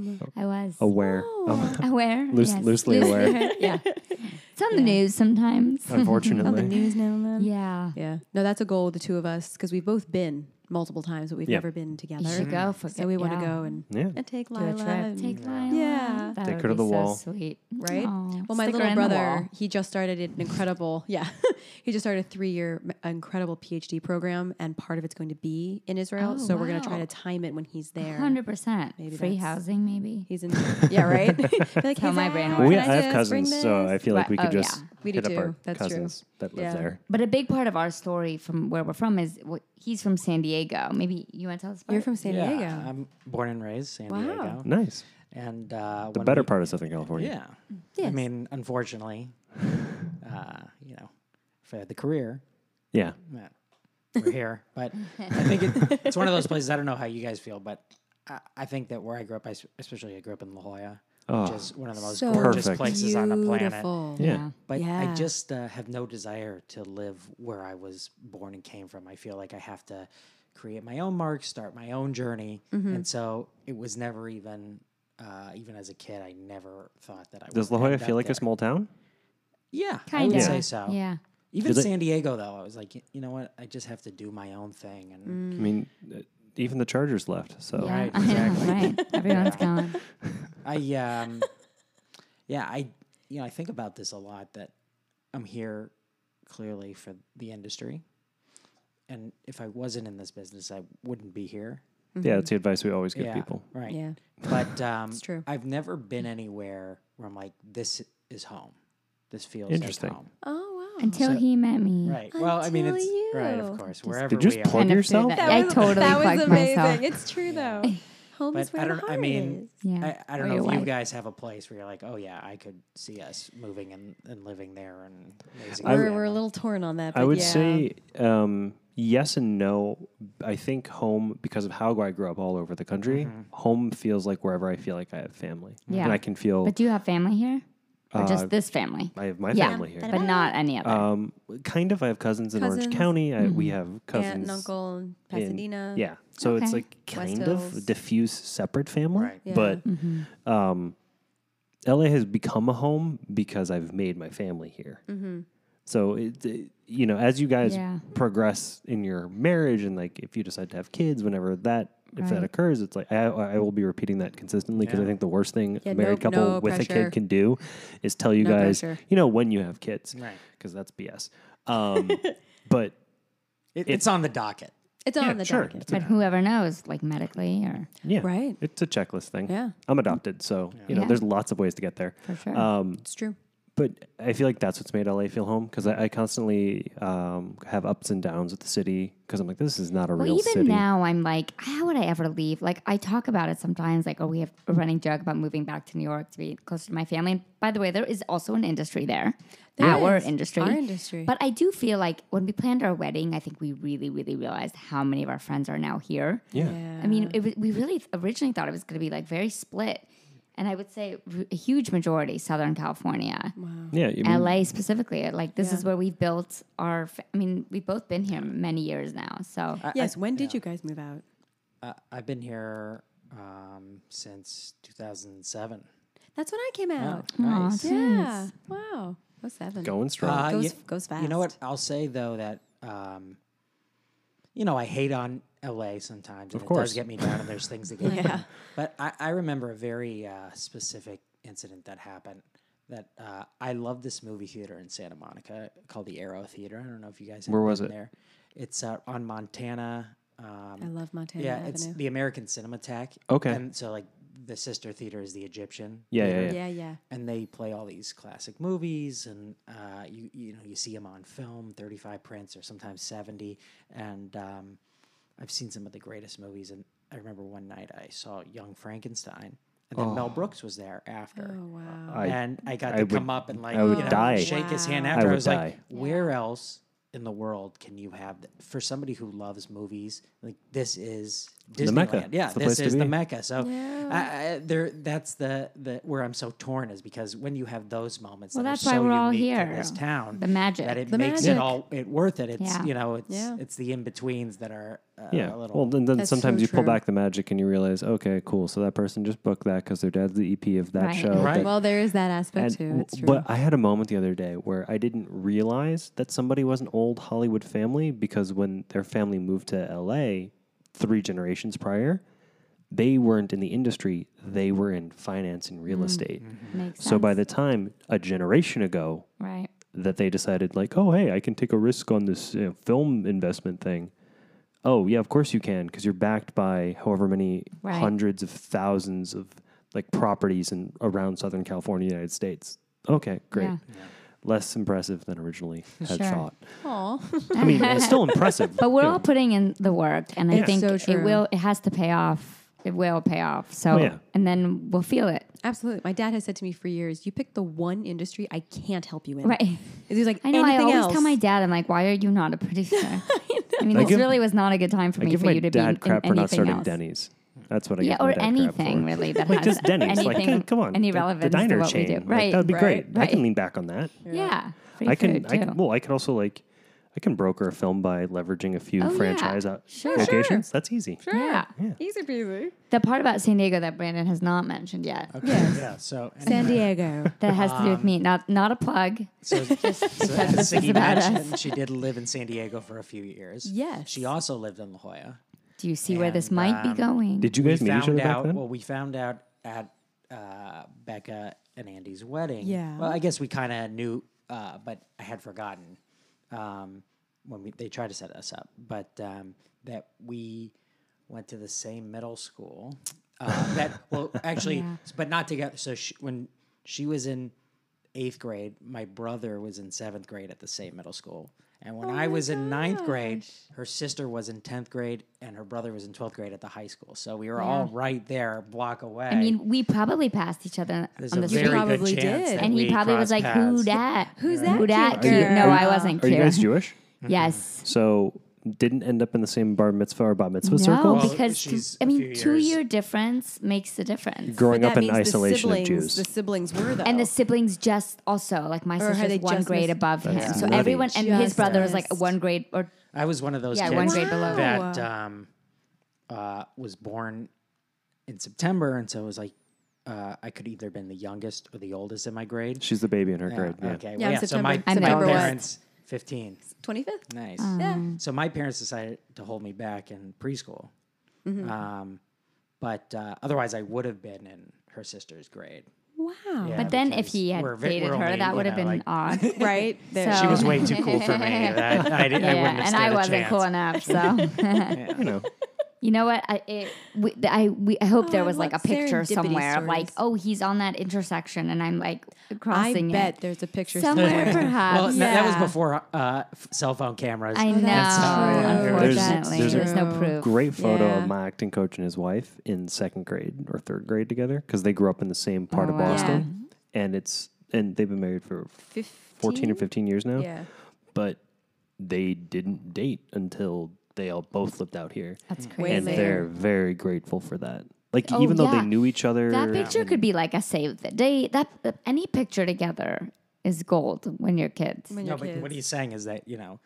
A: Jerusalem.
D: I was
B: Aware.
A: Oh.
D: aware.
B: Loose-
D: yes.
B: loosely aware.
A: yeah.
D: It's on the news sometimes. Um,
A: On the
B: Unfortunately.
A: news now and then.
D: yeah.
A: Uh, Yeah. No, that's a goal, the two of us, because we've both been multiple times, but we've
B: Yeah.
A: never been together.
D: You should go for
A: So we want to
D: yeah.
A: go and,
B: yeah.
A: and take
D: do
A: Lila.
D: a trip.
A: and-
D: Take Lila.
A: Yeah.
D: That
B: Take
D: would
B: her to
D: be
B: the
D: so
B: wall.
D: Sweet.
A: right?
D: Aw.
A: Well, my
D: Stick
A: little
D: her in the
A: brother,
D: wall.
A: he just started an incredible, yeah, he just started a three-year m- incredible PhD program, and part of it's going to be in Israel.
D: Oh,
A: so we're gonna try
D: wow.
A: to time it when he's there.
D: Hundred percent.
A: Maybe
D: Free
A: that's-
D: housing, maybe.
A: He's in, yeah, right. Be like,
D: how
A: "Hey,
D: my
A: Zach,
D: brain
A: can
B: Well,
D: works.
B: we,
A: I
B: I have
A: just
B: cousins,
A: bring
B: so
A: this?"
B: I feel like
D: Right.
B: we could
D: Oh,
B: just
D: yeah.
A: We do
B: hit up our
A: too. That's true.
B: cousins that live
A: Yeah.
B: there.
D: But a big part of our story from where we're from is well, he's from San Diego. Maybe you want to tell us. About
A: You're
D: it?
A: from San
C: Yeah,
A: Diego.
C: I'm born and raised San
A: Wow.
C: Diego.
B: Nice.
C: And uh,
B: The
C: when
B: better
C: we-
B: part of Southern California.
C: Yeah. I
A: Mm. Yes.
C: mean, unfortunately, uh, you know, for the career,
B: Yeah.
C: uh, we're here. But I think it, it's one of those places. I don't know how you guys feel, but I, I think that where I grew up, I, s- especially I grew up in La Jolla,
B: Oh,
C: which is one of the most
A: So
C: gorgeous
B: Perfect.
C: places on the planet.
A: Beautiful.
B: yeah.
C: But
A: Yeah.
C: I just uh, have no desire to live where I was born and came from. I feel like I have to create my own mark, start my own journey, and so it was never even. Uh, even as a kid, I never thought that I
B: Does
C: would
B: La Jolla
C: end
B: feel
C: up
B: like
C: there.
B: a small town?
C: Yeah, I
D: Kind
C: would
D: of.
C: say so.
D: Yeah.
C: Even
B: Is it-
C: San Diego, though, I was like, y- you know what? I just have to do my own thing, and
B: I mean, uh, even the Chargers left. So
D: Yeah,
C: Right,
D: I know,
C: exactly.
D: right. Everyone's gone.
C: I, um, yeah, I, you know, I think about this a lot. That I'm here clearly for the industry, and if I wasn't in this business, I wouldn't be here.
B: yeah, that's the advice we always give
C: yeah,
B: people.
C: right?
A: Yeah.
C: But um,
A: true.
C: I've never been anywhere where I'm like, this is home. This feels
B: Interesting.
C: like home.
A: Oh wow.
D: Until he met me.
C: Right. Well, I mean,
A: Until
C: it's right,
A: you.
C: of course. Wherever
B: Did you just
C: we are,
B: plug
D: Kind of through
B: yourself?
D: that. I totally
A: that was
D: plugged
A: amazing.
D: myself.
A: It's true though. Home
C: But
A: is where
C: I don't-
A: the
C: I
A: heart
C: mean,
A: is.
D: Yeah.
C: I, I don't
D: Or
C: know
D: your
C: if you
D: wife.
C: guys have a place where you're like, oh yeah, I could see us moving and, and living there and raising a
A: We're, we're a
C: family."
A: little torn on that. But
B: I would
A: yeah.
B: say um, yes and no. I think home, because of how I grew up all over the country, home feels like wherever I feel like I have family.
D: Yeah.
B: And I can feel
D: But do you have family here? Or
B: Uh,
D: just this family?
B: I have my
D: Yeah.
B: family here.
D: But not any other.
B: Um, kind of. I have cousins in
A: Cousins.
B: Orange County. I, We have cousins.
A: aunt and uncle in
B: in-
A: Pasadena.
B: yeah. So it's
D: Mm-hmm. Okay.
B: like kind
A: West
B: of a
A: Hills.
B: diffuse, separate family.
C: Right.
A: Yeah. Mm-hmm.
B: But
D: Mm-hmm.
B: um, LA has become a home because I've made my family here.
A: Mm-hmm.
B: So, it, it- you know, as you guys
D: Yeah.
B: progress in your marriage and like if you decide to have kids, whenever that. If
D: Right.
B: that occurs, it's like I, I will be repeating that consistently because I
C: Yeah.
B: think the worst thing
A: Yeah,
B: a married
A: no-
B: couple
A: no
B: with a
A: pressure.
B: kid can do is tell you
A: No
B: guys,
A: pressure.
B: you know, when you have kids,
C: Right.
B: Because that's BS. Um, but
C: It, it's on the docket.
A: It's on the
B: sure.
A: docket.
B: It's a-
D: but whoever knows, like medically or
B: yeah,
A: Right.
B: It's a checklist thing.
A: Yeah.
B: I'm adopted, so you know,
D: Yeah.
B: there's lots of ways to get there.
D: for sure.
B: Um,
A: It's true.
B: but I feel like that's what's made LA feel home because I, I constantly um, have ups and downs with the city because I'm like, this is not a
D: well,
B: real
D: even
B: city.
D: now, I'm like, how would I ever leave? Like, I talk about it sometimes. Like, oh, we have a running joke about moving back to New York to be closer to my family. And by the way, there is also an industry there. our
A: is.
D: industry.
A: Our industry.
D: But I do feel like when we planned our wedding, I think we really, really realized how many of our friends are now here.
B: yeah.
D: I mean, it, wa- we really th- originally thought it was going to be like very split. And I would say r- a huge majority Southern California,
B: yeah, I mean,
D: LA specifically. Like, this is where we've built our, fa- I mean, we've both been here many years now. So,
B: Uh,
C: I- I-
A: yes. When did you guys move out?
C: uh, I've been here um, since 2007.
A: That's when I came out.
D: Aw,
C: nice.
A: Yeah. Wow. Oh seven.
B: going strong.
C: Uh,
A: Goes-
C: y-
A: goes
C: You know what? I'll say though that um, you know I hate on LA sometimes, and
B: Of
C: it
B: course.
C: does get me down. And there's things that get me down. But I, I remember a very uh, specific incident that happened. That uh, I love this movie theater in Santa Monica called the Arrow Theater. I don't know if you guys have
B: Where was
C: been
B: it?
C: There, it's uh, on Montana. Um,
A: I love Montana
C: yeah,
A: Avenue.
C: it's the American Cinematheque.
B: Okay.
C: and so like the sister theater is the Egyptian.
B: yeah, yeah,
C: theater
B: yeah.
A: yeah. Yeah.
C: and they play all these classic movies and uh, you you know you see them on film 35 prints or sometimes 70 and um, i've seen some of the greatest movies and i remember one night i saw young frankenstein And then
B: Oh.
C: Mel Brooks was there after.
A: Oh, wow.
B: I,
C: and I got
B: I
C: to
B: would-
C: come up and like
B: I would
C: you know,
B: die.
C: shake his hand
A: Wow.
C: after.
B: I
C: I,
B: would
C: was like,
B: die.
C: where else in the world can you have th- for somebody who loves movies? Like this is Disneyland.
B: Mecca.
C: Yeah,
B: It's the place to
C: this is
B: be.
C: the mecca. So I, I, there, that's the the where I'm so torn is because when you have those moments,
D: Well,
C: that
D: that's
C: are
D: why
C: so
D: we're all
C: unique
D: here.
C: in this town.
D: The magic.
C: that it
E: The
C: makes
E: magic.
C: it all it worth it. It's
D: Yeah.
C: you know it's
A: Yeah.
C: it's the in betweens that are uh,
B: yeah.
C: a little
B: Well, then, then
A: That's so
B: sometimes you pull
A: true.
B: back the magic and you realize, okay, cool. So that person just booked that because their dad's the EP of that
D: Right.
B: show.
C: Right.
B: that-
A: Well, there is that aspect
B: and
A: too. It's
B: w-
A: true.
B: but I had a moment the other day where I didn't realize that somebody was an old Hollywood family because when their family moved to LA three generations prior, they weren't in the industry, they were in finance and
A: Mm.
B: real estate.
D: Makes sense.
B: So by the time a generation ago
D: right.
B: that they decided like, "Oh, hey, I can take a risk on this you know, film investment thing." Oh, yeah, of course you can because you're backed by however many
D: Right.
B: hundreds of thousands of like properties in around Southern California, United States. Okay, great.
D: Yeah.
B: Less impressive than originally had
D: Sure.
B: thought.
A: Aw.
B: I mean, it's still impressive.
D: But we're
B: you know.
D: all putting in the work, and I
A: It's
D: think
A: so
D: it
A: true.
D: will. It has to pay off. It will pay off. So,
B: Oh, yeah.
D: and then we'll feel it.
A: Absolutely. My dad has said to me for years, "You pick the one industry I can't help you in."
D: Right.
A: He's like,
D: I know. I
A: anything
D: always
A: else.
D: tell my dad, I'm like, why are you not a producer? I, mean,
B: I
D: this
B: give-
D: really was not a good time for
B: I
D: me
B: give
D: for
B: my
D: you to be in,
B: dad
D: in
B: crap for
D: anything
B: not starting
D: else.
B: Denny's. That's what I
D: Yeah,
B: give my
D: or
B: dad crap
D: anything
B: for.
D: really that
B: Like
D: has
B: just Denny's, like
D: anything,
B: hey, come on,
D: any
B: the-
D: relevance
B: the diner
D: to what
B: chain,
D: we do.
B: Like,
D: Right,
B: that would be
D: right,
B: great. I
D: Right.
B: can lean back on that.
D: Yeah, free
B: I can,
D: food,
B: I can.
D: too.
B: Well, I could also like, I can broker a film by leveraging a few
D: Oh, yeah.
B: franchise out
D: Sure,
B: locations. That's easy.
D: Yeah.
E: Easy peasy.
D: The part about San Diego that Brandon has not mentioned yet
C: yeah. So
A: San Diego.
D: that has to do
B: Um,
D: with me. Not not a plug.
C: So, so as
D: this
C: Siggy
D: is about us.
C: mentioned, she did live in San Diego for a few years.
A: Yes.
C: She also lived in La Jolla.
D: Do you see where this
C: And,
D: might be
C: um,
D: going?
B: Did you guys
C: we
B: meet each
C: found
B: other back
C: out,
B: then?
C: Well, we found out at uh, Becca and Andy's wedding.
A: Yeah.
C: Well, I guess we kind of knew, uh, but I had forgotten um, when we, they tried to set us up, but um, that we went to the same middle school. Uh, that well, actually, but not together. So she, when she was in eighth grade, my brother was in seventh grade at the same middle school. And
D: Oh
C: when I was in ninth grade, her sister was in 10th grade and her brother was in 12th grade at the high school. So we were all right there, a block away.
D: I mean, we probably passed each other
C: there's
D: on
C: a
D: the
C: very
D: street,
A: You probably
C: good chance
A: did.
C: that
D: and he
C: we
D: probably was like,
C: crossed
D: "Who
C: paths.
D: dat? Who
A: that
D: dat
A: cute
D: cute?" No,
A: girl?
D: I wasn't
B: Are
D: cute.
B: you guys Jewish?
D: Yes.
B: So didn't end up in the same bar mitzvah or bat mitzvah
D: No,
B: circle.
C: Well,
D: because th-
C: she's
D: I
C: a
D: mean,
C: few
D: two
C: years-
D: year difference makes a difference.
A: But
B: Growing
A: that
B: up in
A: means the
B: isolation
A: siblings,
B: of Jews.
A: The siblings were though.
D: And the siblings just also like my
A: Or had they
D: sister's one
A: just
D: grade
A: missed-
D: above him,
B: That's
D: so
B: nutty.
D: everyone and his
A: Just
D: brother was like
A: missed.
D: one grade or
C: I was one of those
D: Yeah,
C: kids
D: one grade below.
C: that um, uh, was born in September. And so it was like, uh, I could either been the youngest or the oldest in my grade. Uh,
B: She's the baby in her grade. Yeah.
C: Okay.
A: Yeah,
C: well,
A: I'm
C: yeah. So my,
A: September-
D: I'm the
C: my
D: oldest.
C: parents, 15.
A: 25th.
C: Nice.
D: Um, Mm.
A: Yeah.
C: So my parents decided to hold me back in preschool.
D: Mm-hmm.
C: Um, but uh, otherwise, I would have been in her sister's grade.
A: Wow.
C: Yeah,
D: Oh. But then if
C: because
D: he had
C: we're ve-
D: dated
C: we're
D: her,
C: only,
D: that
C: you
D: would have
C: know,
D: been
C: like-
D: odd.
A: Right. There.
D: So-
C: She was way too cool for me. That I, didn't, I
D: Yeah,
C: wouldn't have
D: and
C: stood
D: I
C: a
D: wasn't
C: chance.
D: cool enough. So
B: You know,
D: you know what? I it, we, th- I we I hope there
A: Oh, I
D: was like a
A: love
D: picture
A: serendipity
D: somewhere of like,
A: stories.
D: oh, he's on that intersection, and I'm like
A: I
D: crossing
A: bet
D: it
A: there's a picture
D: somewhere, perhaps.
C: Well, that- that was
A: Yeah.
C: before uh, f- cell phone cameras.
D: I know.
A: that's true.
B: There's-
D: Unfortunately,
B: there's
D: there's,
B: a
D: no
A: true.
D: proof.
B: great photo
A: Yeah.
B: of my acting coach and his wife in second grade or third grade together because they grew up in the same part
D: Oh,
B: of
D: wow.
B: Boston, and it's and they've been married for 14 or 15 years now.
A: Yeah.
B: but they didn't date until they all both lived out here.
D: That's
A: Way
B: and
D: crazy.
A: later.
B: they're very grateful for that. Like
D: Oh,
B: even though
D: yeah.
B: they knew each other,
D: That picture could be like a save the date. That that- any picture together is gold when you're kids.
A: When
C: No,
A: you're
C: but
A: kids.
C: what he's saying is that you know,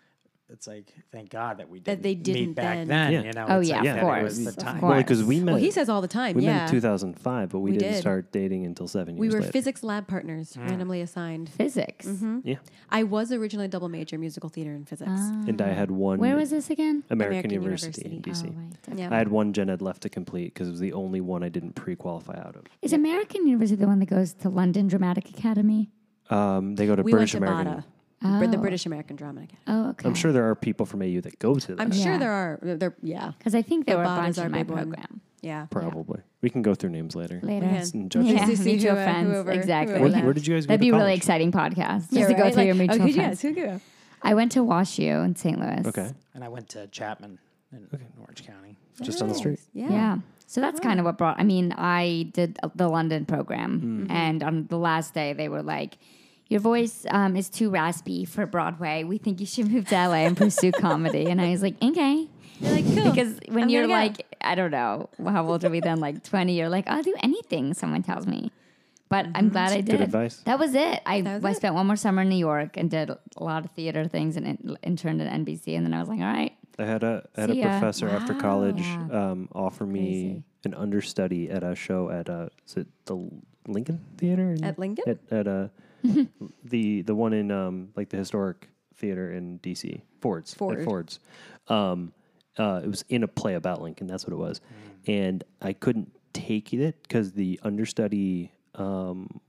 C: it's like thank God that we didn't
A: That they didn't
C: meet back
A: then.
C: then.
B: Yeah.
C: You know,
D: Oh,
C: it's like
D: yeah, of
C: that it was
D: course,
C: the
D: of
C: time.
D: course.
B: because we met.
A: Well, he says all the time.
B: we
A: yeah.
B: met in 2005, but we,
A: We
B: didn't
A: did.
B: start dating until seven
A: we
B: years
A: were
B: later.
A: physics lab partners,
C: Hmm.
A: randomly assigned.
D: Physics.
A: Mm-hmm.
B: yeah,
A: I was originally a double major, musical theater and physics.
D: Ah.
B: and I had one.
D: um, Where was this again?
B: American,
A: American
B: University,
D: Oh,
B: in DC.
D: right.
A: yeah.
B: I had one gen ed left to complete because it was the only one I didn't pre-qualify out of.
D: Is American University the one that goes to London Dramatic Academy?
B: Um, they go to
A: we
B: British
A: went to
B: American.
A: BADA, Br- the
D: Oh.
A: British American Drama Academy.
D: Oh, okay.
B: I'm sure there are people from AU that go to that.
A: I'm sure
D: Yeah.
A: there are. There, yeah.
D: Because I think there
A: The
D: were a
A: bot is
D: bunch
A: our
D: in my
A: big one.
D: program
A: Yeah.
B: probably. We can go through names later.
D: later.
A: Yeah.
B: And judge
D: Yeah,
B: them.
A: Just to see
D: mutual
A: who, uh,
D: friends.
A: whoever-
D: exactly.
A: whoever
B: Where, where did you guys go
D: That'd
B: to
D: be a really
B: college?
D: exting podcast. Just
A: Yeah,
D: to go
A: right?
D: through your
A: Like,
D: mutual
A: okay,
D: friends.
A: yes, okay.
D: I went to WashU in St. Louis.
B: Okay,
C: And I went to Chapman in Orange County.
B: just on the street.
A: Yeah.
D: Yeah. So that's kind of what brought. I mean, I did uh, the London
A: Mm-hmm.
D: program, and on the last day, they were like, "Your voice um, is too raspy for Broadway. We think you should move to LA and pursue comedy." And I was like, "Okay."
A: You're like, cool.
D: Because when
A: I'm
D: you're
A: gonna go.
D: like, I don't know, how old are we then? Like 20, you're like, I'll do anything someone tells me. But
A: Mm-hmm.
D: I'm glad I did.
B: advice.
D: That was it. I,
A: was
D: I
A: it.
D: spent one more summer in New York and did a lot of theater things and in, interned at NBC. And then I was like, all right,
B: I had a I had
D: See
B: a
D: ya.
B: professor after
D: Wow.
B: college
D: Yeah.
B: um, offer me
D: Crazy.
B: an understudy at a show at uh, is it the Lincoln Theater in-
A: At Lincoln?
B: at, at uh, the the one in um, like the historic theater in DC Ford's at
A: Ford.
B: Ford's um, uh, it was in a play about Lincoln that's what it was and I couldn't take it because the understudy um,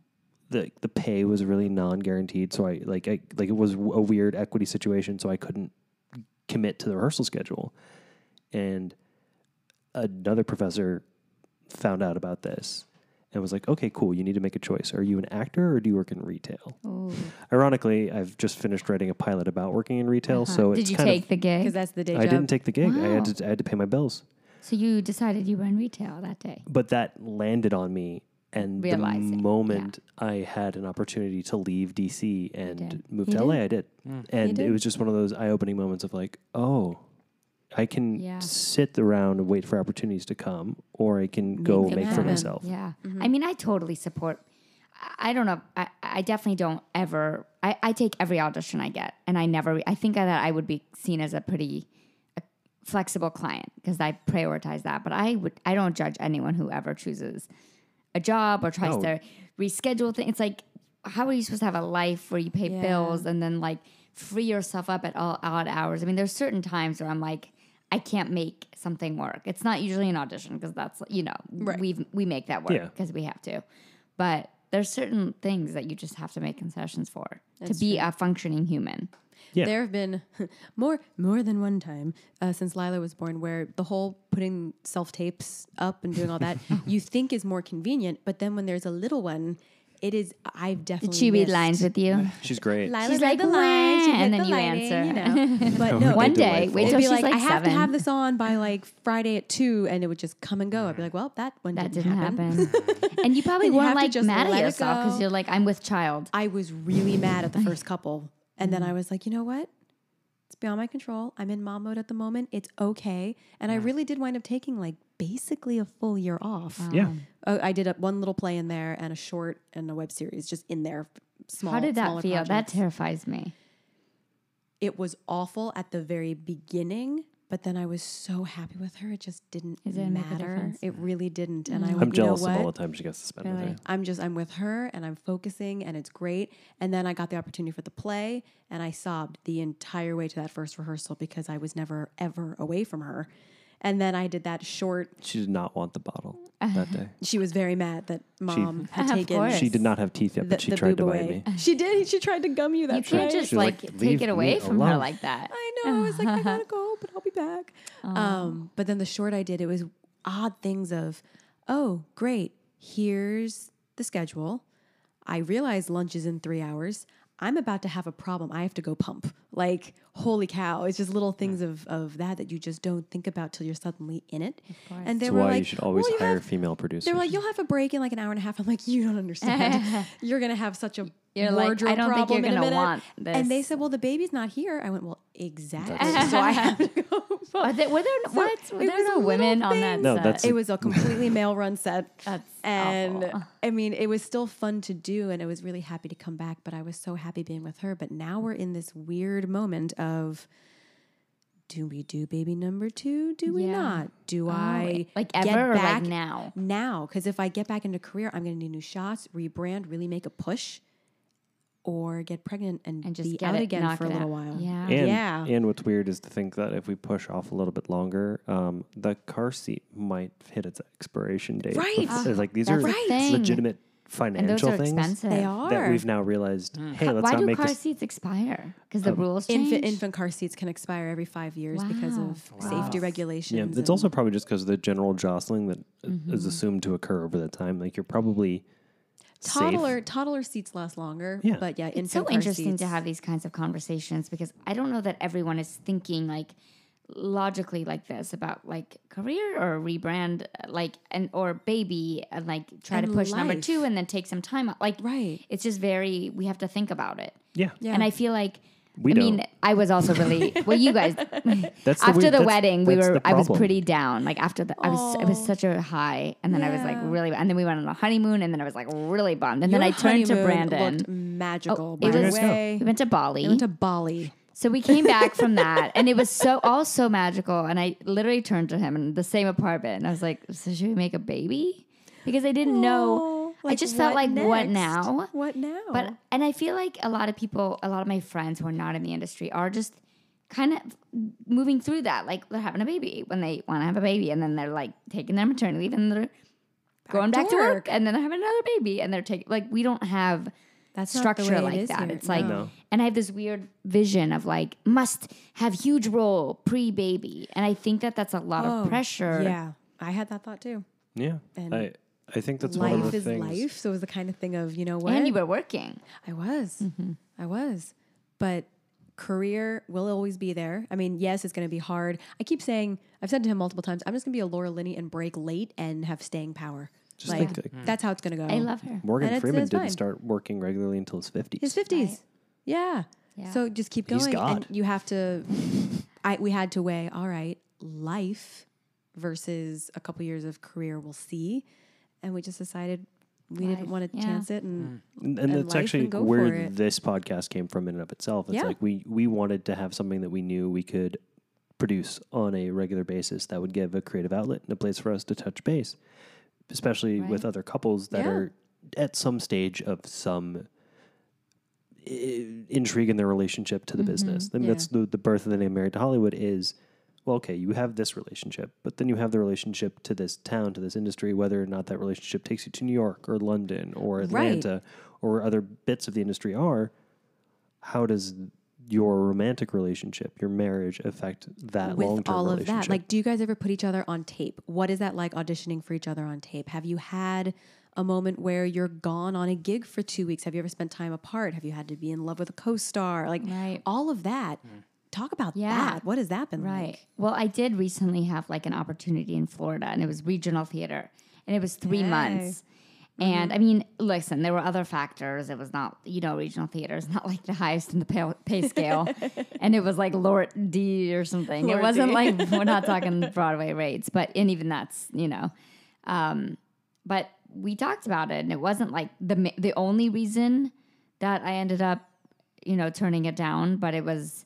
B: the the pay was really non guaranteed so I like I like it was w- a weird equity situation so I couldn't commit to the rehearsal schedule. And another professor found out about this and was like, okay, cool, you need to make a choice. Are you an actor or do you work in retail? Ironically, I've just finished writing a pilot about working in retail.
A: Uh-huh.
B: So it's
D: Uh-huh. did you
B: kind
D: take
B: of,
D: the
A: because
D: gig?
A: that's the day
B: I
A: job.
B: didn't take the gig. I had
D: Wow.
B: to I had to pay my bills.
D: so you decided you were in retail that day.
B: But that landed on me and
D: Realizing, yeah.
B: the moment I had an opportunity to leave DC and
D: did.
B: move
D: You
B: to
D: did.
B: LA, I did. And
A: did.
B: it was just one of those eye opening moments of like, oh, I can
D: Yeah.
B: sit around and wait for opportunities to come, or I can go
A: them
B: make for
A: happen.
B: myself.
D: Yeah. I mean, I totally support. I- I don't know. I, I definitely don't ever. I, I take every audition I get, and I never. I think that I would be seen as a pretty uh, flexible client because I prioritize that. But I would. I don't judge anyone who ever chooses a job or tries
B: No.
D: to reschedule things. It's like, how are you supposed to have a life where you pay
A: Yeah.
D: bills and then like free yourself up at all odd hours? I mean, there's certain times where I'm like, I can't make something work. It's not usually an audition because that's you know
A: Right.
D: we we make that
B: Yeah.
D: work because we have to. But there's certain things that you just have to make concessions for to be a functioning human.
A: Oh,
B: Yeah.
A: There have been more more than one time uh, since Lila was born where the whole putting self tapes up and doing all that you think is more convenient, but then when there's a little one, it is. I've definitely
D: Did she read
A: missed.
D: lines with you?
B: She's great.
A: Lila
D: She's
A: read
D: like,
A: the lines, she
D: "Wah,"
A: hit
D: and
A: the
D: then you
A: lighting,
D: answer.
A: You know? But no,
D: One
A: one
D: day,
B: delightful.
D: wait
A: it'd
D: till
A: be
D: she's
A: like,
D: like,
A: I have
D: seven.
A: to have this on by like Friday at two, and it would just come and go. I'd be like, well, that one
D: That
A: didn't,
D: didn't happen. and you probably
A: And you
D: weren't
A: have to
D: like
A: just
D: mad
A: let
D: at
A: it
D: yourself because
A: go.
D: you're like, I'm with child.
A: I was really mad at the first couple. And then I was like, you know what? It's beyond my control. I'm in mom mode at the moment. It's okay. And I really did wind up taking like basically a full year off.
B: yeah.
A: Oh, I did a, one little play in there and a short and a web series just in there. Small.
D: How did
A: smaller
D: that feel? That
A: projects.
D: terrifies me.
A: it was awful at the very beginning, but then I was so happy with her. It just didn't,
D: It didn't make a
A: matter.
D: difference. Mm.
A: It really didn't. And I went,
B: I'm jealous
A: you know
B: of
A: what?
B: all the time she gets to spend with her.
A: I'm just I'm with her and I'm focusing and it's great. And then I got the opportunity for the play and I sobbed the entire way to that first rehearsal because I was never ever away from her. And then I did that short.
B: She did not want the bottle that day.
A: She was very mad that mom had
D: Of
A: taken
D: course.
B: She did not have teeth yet,
A: the,
B: but she
A: the
B: tried
A: boob
B: to bite
A: away.
B: me.
A: She did. She tried to gum you. That's
D: you
A: right.
D: can't just
B: She's
D: like,
B: like,
D: take
B: "Leave
D: it
B: me
D: away from her
B: alone."
D: like that.
A: I know. I was like, I gotta go, but I'll be back. Um, but then the short I did, it was odd things of, oh, great, here's the schedule. I realize lunch is in three hours. I'm about to have a problem. I have to go pump. Like, holy cow. It's just little things of, of that that you just don't think about till you're suddenly in it. And they
B: That's
A: were
B: why
A: like,
B: you should always
A: well, you
B: hire
A: have-
B: female producers.
A: they were like, you'll have a break in like an hour and a half. I'm like, you don't understand. you're gonna have such a
D: You're like,
A: wardrobe
D: "I don't think
A: problem
D: you're
A: in a
D: gonna
A: minute.
D: want this.
A: And they said, well, the baby's not here. I went, well, exactly. so I have to go.
D: Are there, were there, what? Were
A: it
D: there
A: was
D: no
A: a little
D: women on that
A: thing.
B: No,
D: set?
B: that's-
A: It was a completely male run set. and
D: That's awful.
A: I mean, it was still fun to do, and I was really happy to come back. But I was so happy being with her. But now we're in this weird moment of. Do we do baby number two? Do we
D: Yeah. Oh,
A: not? Do I
D: like
A: get
D: ever or like
A: back
D: now?
A: Now, because if I get back into career, I'm going to need new shots, rebrand, really make a push, or get pregnant and,
D: and just
A: be
D: get
A: out
D: it,
A: again
D: knock
A: for a
D: it
A: little
D: out.
A: while.
D: Yeah.
B: And,
A: Yeah.
B: and what's weird is to think that if we push off a little bit longer, um, the car seat might hit its expiration date.
A: Right.
B: It's- it's like these
D: That's
B: are
D: the thing.
B: legitimate
D: And those
B: financial
D: are
B: things.
D: expensive.
A: They are.
B: that we've now realized, hey, let's
D: Why
B: not
D: do
B: make
D: car
B: this. Oh.
D: seats expire? Because the rules change.
A: Infant, infant car seats can expire every five years because
D: Wow.
A: of safety regulations.
B: Yeah,
A: and-
B: it's also probably just because of the general jostling that is
D: Mm-hmm.
B: assumed to occur over that time. Like you're probably safe.
A: toddler toddler seats last longer.
B: Yeah.
A: but yeah,
D: it's so
A: infant car
D: interesting to
A: seats-
D: have these kinds of conversations because I don't know that everyone is thinking like logically like this about like career or rebrand uh, like and or baby and like try to
A: And
D: push number
A: life.
D: 2 and then take some time out like
A: Right.
D: it's just very we have to think about it
B: Yeah.
A: Yeah.
D: and i feel like
B: We
D: I mean,
B: don't.
D: I was also really well. You guys,
B: That's the
D: after
B: weird-
D: the
B: that's-
D: wedding, we
B: that's
D: were.
B: the
D: I was
B: problem.
D: pretty down. Like after the, I was. It was such a high, and then I was like
A: Yeah.
D: really, and then we went on a honeymoon, and then I was like really bummed, and then
A: Your
D: I turned to
A: honeymoon
D: Brandon. Oh,
A: Looked magical.
D: it
A: by the
D: was-
A: way.
D: We went to Bali.
A: It went to Bali.
D: So we came back from that, and it was so all so magical. And I literally turned to him in the same apartment, and I was like, "So should we make a baby?" Because I didn't know. I
A: Like,
D: just felt like, "What now?"
A: What now?
D: But and I feel like a lot of people, a lot of my friends who are not in the industry are just kind of moving through that. Like they're having a baby when they want to have a baby, and then they're like taking their maternity leave, and they're going
A: to
D: back to work.
A: work.
D: and then they're having another baby, and they're taking like we don't have
A: That's not the
D: structure
A: way it
D: like
A: is
D: that.
A: here.
D: It's like,
B: No.
D: and I have this weird vision of like must have huge role pre baby, and I think that that's a lot of pressure.
A: Oh, Yeah, I had that thought too.
B: Yeah.
A: And
B: I I think that's one of
A: life
B: the
A: is
B: things.
A: life, so it was the kind of thing of you know what
D: and you were working.
A: I was,
D: Mm-hmm.
A: I was, but career will always be there. I mean, yes, it's going to be hard. I keep saying, I've said to him multiple times, I'm just going to be a Laura Linney and break late and have staying power.
B: Just
A: like
B: think, like,
A: that's how it's going to go.
D: I love her.
B: Morgan
A: And it's-
B: Freeman
A: it's
B: didn't
A: fine.
B: start working regularly until his fifties.
A: his fifties. Yeah.
D: Yeah.
A: So just keep going,
B: He's God.
A: and you have to. I we had to weigh. All right, life versus a couple years of career. We'll see, and we just decided we
D: Life,
A: didn't want to
D: yeah.
A: chance it, and
B: and, and
A: and
B: that's
A: life
B: actually
A: and go for
B: where
A: it.
B: this podcast came from in and of itself. It's
A: Yeah.
B: like we we wanted to have something that we knew we could produce on a regular basis that would give a creative outlet and a place for us to touch base, especially with other couples that
A: Yeah.
B: are at some stage of some i- intrigue in their relationship to the business. Then
A: Yeah.
B: that's the, the birth of the name Married to Hollywood is well, okay, you have this relationship, but then you have the relationship to this town, to this industry, whether or not that relationship takes you to New York or London or
A: Right.
B: Atlanta or where other bits of the industry are. How does your romantic relationship, your marriage, affect that long
A: with
B: term
A: all of
B: relationship?
A: that, like, do you guys ever put each other on tape? What is that like auditioning for each other on tape? Have you had a moment where you're gone on a gig for two weeks? Have you ever spent time apart? Have you had to be in love with a co-star? Like
D: Right.
A: all of that. Talk about
D: Yeah.
A: that. What has that been
D: Right.
A: like?
D: Well, I did recently have like an opportunity in Florida, and it was regional theater, and it was three months.
A: Mm-hmm.
D: And I mean, listen, there were other factors. It was not, you know, regional theater is not like the highest in the pay, pay scale, and it was like Lord D or something. it
A: Lord
D: wasn't
A: D.
D: like we're not talking Broadway rates, but and even that's, you know, um, but we talked about it, and it wasn't like the ma- the only reason that I ended up, you know, turning it down. But it was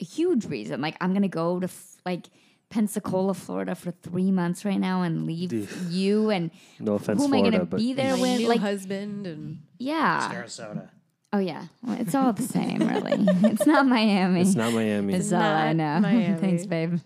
D: a huge reason. Like I'm gonna go to f- like Pensacola, Florida, for three months right now, and leave you and
B: no offense,
D: who am I
B: Florida,
D: gonna
B: but
D: be there
A: My
D: with?
A: new
D: Like,
A: husband and
D: yeah,
C: Sarasota.
D: oh yeah, Well, it's all the same, really. it's not Miami.
B: it's not Miami.
D: It's all I know.
A: not Miami.
D: Thanks, babe.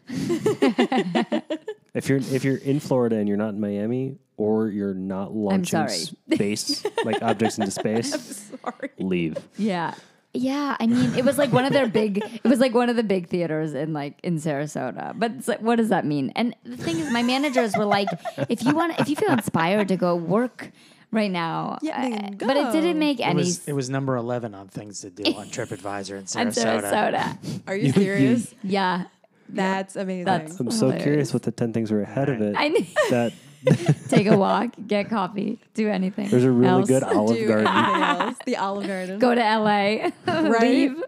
B: if you're if you're in Florida and you're not in Miami, or you're not launching
D: sorry.
B: space like objects into space,
A: sorry.
B: leave.
D: Yeah. Yeah, I mean, it was like one of their big. It was like one of the big theaters in like in Sarasota. But it's like, what does that mean? And the thing is, my managers were like, "If you want, if you feel inspired to go work right now,
A: Yeah, then
D: uh, But it didn't
A: go.
D: make
C: It
D: any.
C: was, it was number 11 on things to do on TripAdvisor in
D: I'm
C: Sarasota.
D: Sarasota.
A: Are you serious?
D: Yeah,
A: That's amazing.
D: That's-
B: I'm so curious what the ten things were ahead of it.
D: I knew.
B: that
D: Take a walk, get coffee, do anything.
B: there's a really
D: else.
B: good Olive
A: Do
B: Garden.
A: anything else. The Olive Garden.
D: Go to LA, leave.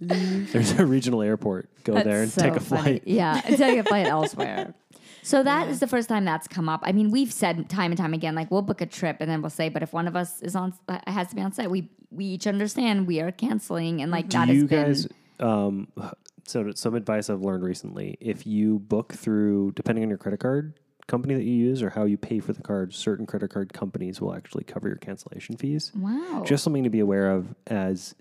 B: There's a regional airport. Go there and
D: That's
B: take
D: so
B: a flight.
D: funny. Yeah, and take a flight elsewhere. So that is the first time that's come up. I mean, we've said time and time again, like we'll book a trip and then we'll say, but if one of us is on, uh, has to be on set, we we each understand we are canceling, and like
B: Do
D: that
B: you
D: has
B: guys
D: been
B: um so some advice I've learned recently, if you book through depending on your credit card company that you use or how you pay for the card, certain credit card companies will actually cover your cancellation fees.
D: wow.
B: Just something to be aware of as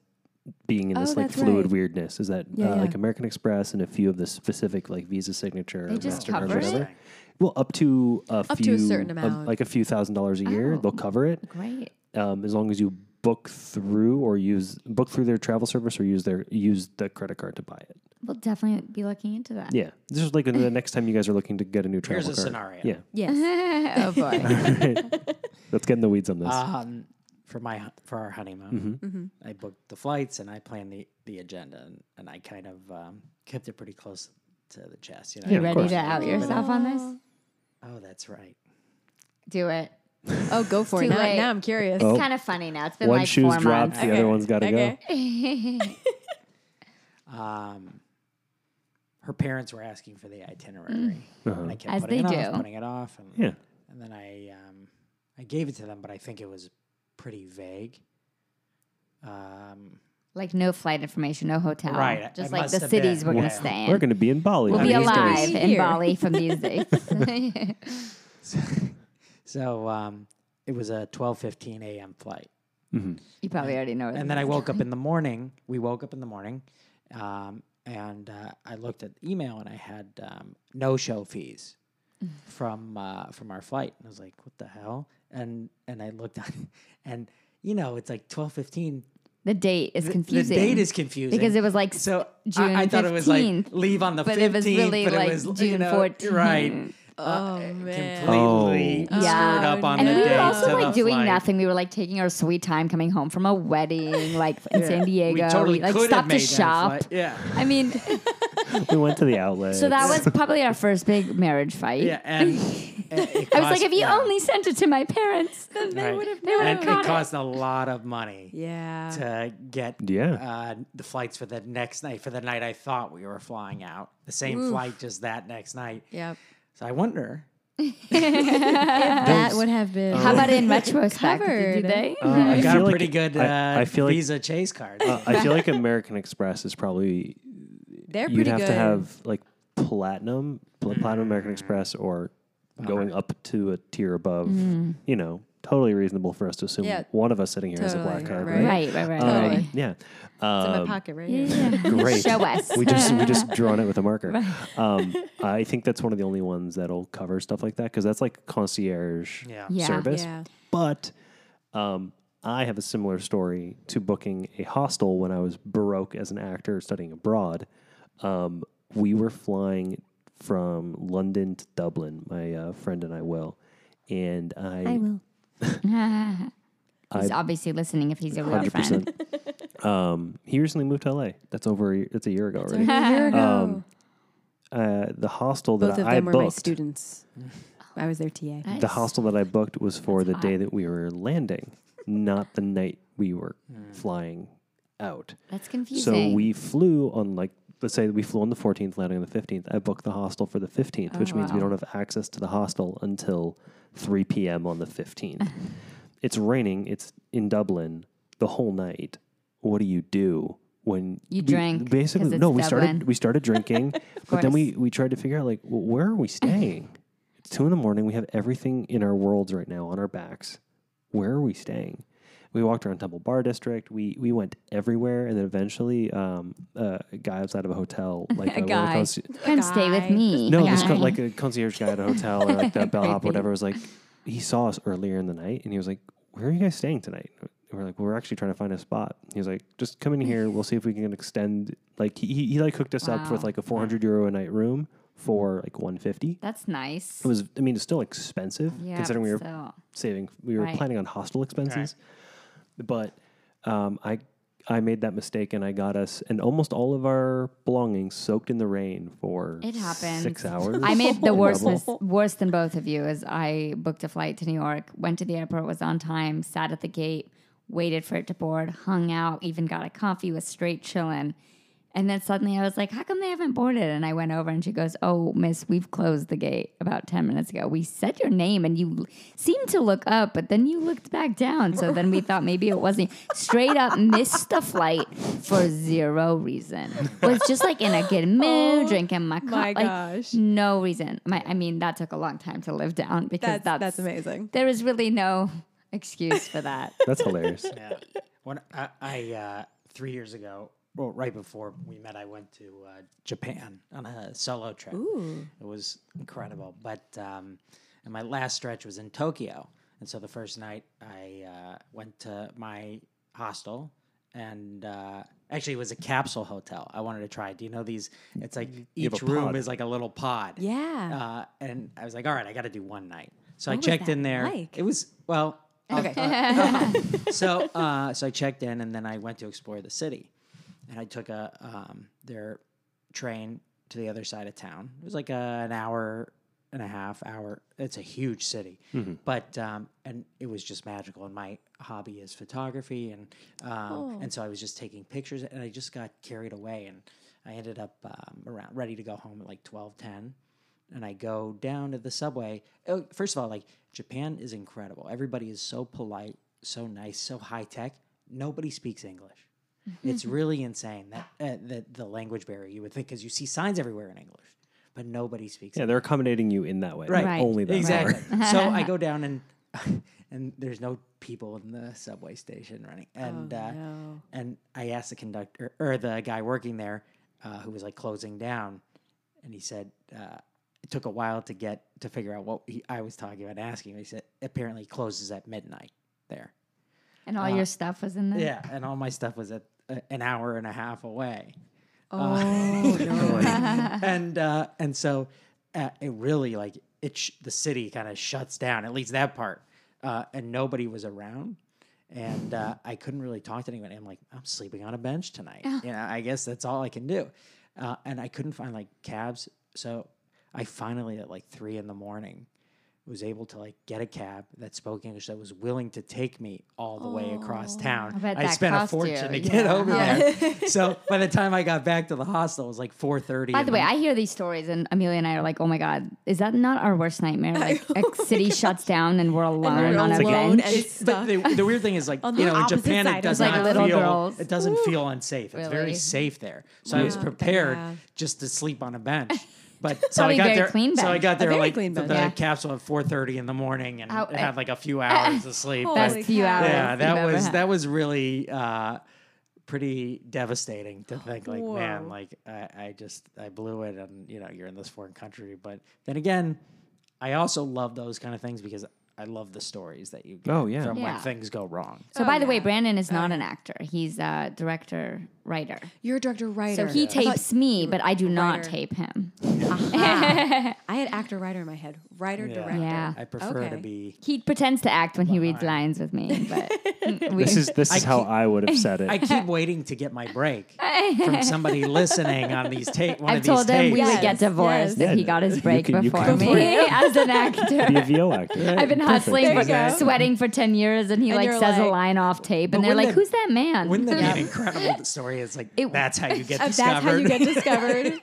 B: being in this
A: Oh,
B: like
A: that's
B: fluid
A: right.
B: weirdness is that
A: Yeah,
B: uh,
A: yeah.
B: like American Express and a few of the specific like Visa signature
D: They
B: or
D: just
B: MasterCard or
D: cover it?
B: whatever. Well, up to a
A: Up to
B: few
A: a certain
B: of-
A: amount.
B: like a few thousand dollars a year,
D: Oh.
B: they'll cover it
D: great.
B: um, as long as you book through or use book through their travel service or use their use the credit card to buy it.
D: We'll definitely be looking into that.
B: Yeah, this is like the next time you guys are looking to get a new travel
C: Here's a
B: card.
C: scenario.
B: Yeah,
A: Yes.
D: oh boy.
B: let's get in the weeds on this.
C: Um, for my hu- for our
B: Mm-hmm.
C: honeymoon,
D: Mm-hmm.
C: I booked the flights and I planned the the agenda and, and I kind of um, kept it pretty close to the chest. You know,
B: Yeah,
D: you
B: of
D: ready
B: course.
D: to out yourself on this?
C: oh, that's right.
D: Do it.
A: Oh, go for it.
D: Too
A: Now,
D: late.
A: now I'm curious.
B: Oh.
D: It's kind of funny now. It's been
B: One
D: like
B: shoe's
D: four
B: dropped,
D: months.
B: the
A: Okay.
B: other one's got to go.
A: Okay.
C: Um, her parents were asking for the itinerary, and I kept
D: Mm. As
C: putting
D: they
C: it off,
D: do.
C: putting it off, and
B: Yeah.
C: and then I um, I gave it to them, but I think it was pretty vague. Um,
D: like no flight information, no hotel.
C: Right, I-
D: Just
C: I
D: like
C: must
D: the
C: have
D: cities
C: been.
D: we're
C: Yeah.
D: gonna stay in.
B: We're going to be in Bali.
D: we'll
B: on
D: be
B: these days.
D: alive in
A: Here.
D: Bali from these days.
C: so um, it was a twelve fifteen a.m. flight.
D: you probably already know.
C: and then I woke up in the morning. We woke up in the morning, um, and uh, I looked at the email, and I had um, no show fees
D: Mm.
C: from uh, from our flight. And I was like, "What the hell?" And and I looked on, and you know, it's like twelve fifteen.
D: the date is confusing.
C: The date is confusing
D: because it was like s-
C: so.
D: June
C: I, I thought it was like
D: 15th,
C: leave on the
D: but it was
C: fifteenth,
D: really
C: but
D: like
C: it was you
D: June
C: know,
D: 14th.
C: right?
A: Oh,
C: uh,
A: man.
C: completely
B: Oh.
C: screwed
D: Yeah.
C: up on
D: and
C: the
D: we
C: day.
D: were also
C: to
D: like
C: the
D: doing
C: flight.
D: nothing. We were like taking our sweet time coming home from a wedding, like in San Diego.
C: We totally
D: like
C: could have
D: stopped
C: made
D: to
C: that
D: shop.
C: flight. Yeah.
D: I mean,
B: We went to the outlet.
D: so that was probably our first big marriage fight.
C: Yeah, and and it
D: I was
C: cost-
D: like, if you
C: yeah,
D: only sent it to my parents, then they
C: right.
D: would have
C: and
D: known.
C: it cost a lot of money
A: Yeah.
C: to get
B: Yeah.
C: uh, the flights for the next night for the night I thought we were flying out. The same flight, just that next night.
A: Yep.
C: So I wonder.
A: That would have been.
D: How about
B: Oh.
D: in retrospect?
A: Covered.
D: Did they?
B: Uh,
C: I, got
B: feel
C: a
B: like-
C: pretty good uh,
B: I- I feel like-
C: Visa Chase card.
B: Uh, I feel like American Express is probably
A: They're
B: you'd
A: pretty
B: have
A: good.
B: to have like platinum, pl- platinum American Express, or going up to a tier above. You know, totally reasonable for us to assume
A: Mm. Yeah.
B: one of us sitting here is a black
A: Totally,
B: card,
A: right?
D: right, right, right.
B: Um,
A: Totally.
B: Yeah,
A: It's in
B: Um,
A: my pocket right
D: Yeah,
A: here.
D: yeah, yeah.
B: great.
D: Show us.
B: we just we just drawn it with a marker. Um, I think that's one of the only ones that'll cover stuff like that because that's like concierge
C: Yeah.
D: Yeah.
B: service.
A: Yeah.
B: But um, I have a similar story to booking a hostel when I was baroque as an actor studying abroad. Um, we were flying from London to Dublin, my uh, friend and I, Will. And I,
D: I will. he's obviously listening if he's a real friend.
B: 100%. um, he recently moved to LA. That's over, a- that's a year ago already.
A: A year ago.
B: Uh, the hostel
A: Both of
B: that
A: them
B: I
A: were
B: booked.
A: my students. I was their TA.
B: The hostel that I booked was for the day that we were landing, not the night we were flying out.
D: That's
B: So
D: confusing.
B: we flew on like let's say we flew on the 14th, landing on the 15th. I booked the hostel for the 15th, which means we
D: Oh, wow.
B: don't have access to the hostel until 3 p.m. on the 15th. it's raining. It's in Dublin the whole night. What do you do when we-
D: You drank, 'cause
B: Basically,
D: it's
B: no. We
D: Dublin.
B: started we started drinking, but then we we tried to figure out like well, where are we staying? it's two in the morning. We have everything in our worlds right now on our backs. Where are we staying? We walked around Temple Bar District. We we went everywhere, and then eventually, um, uh, a guy outside of a hotel, like one
D: a
B: of the
D: guy.
B: conci-
D: Come stay with
A: guy.
D: me.
B: no,
D: guy.
B: this co- like a concierge guy at a hotel or like the bellhop,
D: Creepy.
B: or whatever. Was like, he saw us earlier in the night, and he was like, "Where are you guys staying tonight?" And we're like, well, "We're actually trying to find a spot." He was like, "Just come in here. We'll see if we can extend." Like he he, he like hooked us up
D: Wow.
B: with like a 400 euro a night room for like 150.
D: That's nice.
B: It was, I mean, it's still expensive
D: yeah,
B: considering we were
D: but still.
B: saving, we were
D: Right.
B: planning on hostel expenses. But um, I, I made that mistake and I got us and almost all of our belongings soaked in the rain for
D: It happens.
B: six hours.
D: I made the worst
B: Double.
D: mis- worse than both of you is I booked a flight to New York, went to the airport, was on time, sat at the gate, waited for it to board, hung out, even got a coffee, was straight chilling. And then suddenly I was like, how come they haven't boarded? And I went over and she goes, Oh, miss, we've closed the gate about 10 minutes ago. We said your name and you l- seemed to look up, but then you looked back down. So then we thought maybe it wasn't. Straight up missed the flight for zero reason. Was just like in a good mood, drinking my coffee.
A: Oh my gosh.
D: No reason. My, I mean, that took a long time to live down because
A: That's,
D: that's,
A: that's, amazing.
D: There is really no excuse for that.
B: That's hilarious.
C: yeah. When I, I uh, three years ago, well, right before we met, I went to uh, Japan on a solo trip. It was incredible. But um, and my last stretch was in Tokyo, and so the first night I uh, went to my hostel, and uh, actually it was a capsule hotel. I wanted to try. Do you know these? It's like
B: have
C: each
B: a
C: room
B: pod.
C: is like a little pod.
B: Ah.
A: Yeah.
C: Uh, and I was like, all right, I got to do one night. So I
A: was
C: checked
A: that
C: in there.
A: like?
C: It was well. oh,
A: Okay.
C: so uh, so I checked in and then I went to explore the city, and I took a um, their train to the other side of town. It was like a, an hour and a half hour. It's a huge city, but um, and it was just magical. And my hobby is photography, and um, and so I was just taking pictures, and I just got carried away, and I ended up um, around ready to go home at like twelve ten. And I go down to the subway. Oh, first of all, like Japan is incredible. Everybody is so polite, so nice, so high tech. Nobody speaks English it's really insane that uh, the, the language barrier you would think because you see signs everywhere in english but nobody speaks
B: Yeah, they're accommodating you in that way.
C: Right.
B: not
D: Right.
B: Only that.
C: exactly
B: Far.
C: so i go down and and there's no people in the subway station running and uh, and i asked the conductor or the guy working there uh, who was like closing down and he said uh, it took a while to get to figure out what he, i was talking about and asking him he said apparently it closes at midnight there
D: And all
A: Uh-huh.
D: your stuff was in there.
C: yeah and all my stuff was at uh, an hour and a half away
A: Oh no!
C: and uh, and so uh, it really like it sh- the city kind of shuts down at least that part uh, and nobody was around and uh, I couldn't really talk to anyone. I'm like, I'm sleeping on a bench tonight. You know, I guess that's all I can do. Uh, and I couldn't find like cabs, so I finally at like three in the morning was able to like get a cab that spoke English that was willing to take me all the way across town.
D: Oh, bet
C: I
D: that
C: spent a
D: cost you,
C: fortune to get
D: yeah. Oh,
C: over there. so by the time I got back to the hostel, it was like four thirty.
D: By the way, I hear these stories, and Amelia and I are like, "Oh my god, is that not our worst nightmare? Like,
A: Oh
D: a city shuts down, and we're alone
A: we're
D: on a
A: alone
D: bench."
A: and
C: But
A: stuck.
C: the, the weird thing is, like
A: On
C: you
A: the
C: know, in
A: opposite
C: Japan,
A: side
C: it
A: of
C: does
A: the
C: not
D: Like little
C: feel
D: girls.
C: it doesn't feel unsafe. It's very
D: Really?
C: safe there, so I was
A: Wow.
C: prepared
A: Yeah.
C: just to sleep on a bench. But so I
D: Probably
C: got
D: very
C: there.
D: clean
C: So I
D: bench.
C: got there
A: very
C: like
A: clean
C: the
A: bench.
D: Yeah.
C: capsule at four thirty in the morning and
D: How-
C: had like a few hours of sleep.
D: Best
A: Holy
D: few
A: cow.
D: hours.
A: Yeah,
C: yeah,
D: you've
C: that
D: ever
C: was
D: had.
C: that was really uh, pretty devastating to think. Like, man, like I, I just I blew it, and you know, you're in this foreign country. But then again, I also love those kind of things because I love the stories that you get
B: Oh, yeah.
C: from when
D: Yeah.
C: things go wrong.
D: So, by the way, Brandon is
A: Uh-huh.
D: not an actor; he's a director, writer.
A: You're a director
D: So
A: writer.
D: he
A: I thought-
D: tapes me, but I do not
A: writer.
D: tape him.
A: Ah. I had actor writer in my head. Writer director.
D: Yeah.
C: I prefer to
A: Okay.
C: be.
D: He pretends to act when he reads lines with me, but we,
B: This is this is how
C: keep-
B: I would have said it.
C: I keep waiting to get my break from somebody listening on these tape. One
D: I've
C: of these
D: told him we
C: tapes.
D: would get
A: Yes,
D: divorced
B: yes.
D: if he got his
B: You
D: break
B: can- you
D: before
B: can-
D: me as an actor.
B: Be a VO actor.
D: I've been hustling,
A: There
D: for,
A: you go.
D: sweating for ten years, and he like
A: you're
D: says a
A: like-
D: line off tape, and they're
C: wouldn't that-
D: like, "Who's that man?"
C: Wouldn't that be an incredible story? It's like
D: It-
C: that's how you get
A: That's
C: discovered.
A: how you get discovered.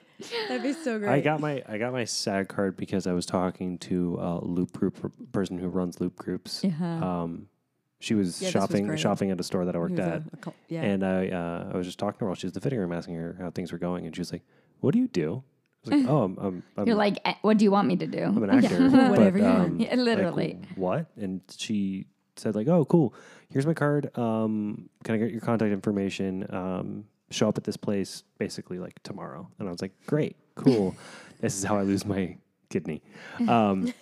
A: That'd be so great.
B: I got my I got my SAG card because I was talking to a loop group person who runs loop groups.
D: Uh-huh.
B: Um, she was
A: Yeah, this was
B: shopping
A: great.
B: shopping at a store that I worked
A: was a-
B: at,
A: a col- yeah.
B: and I uh, I was just talking to her while she was in the fitting room, asking her how things were going, and she was like, "What do you do?" I was like, "Oh, I'm, I'm, I'm
D: You're like, "Eh, "What do you want me to do?"
B: I'm an actor, but,
A: Whatever you want.
B: um,
D: Yeah,
B: like,
D: literally.
B: what? And she said like, "Oh, cool. Here's my card. Um, can I get your contact information? Um, show up at this place basically like tomorrow." And I was like, "Great, cool. this is how I lose my kidney." Um,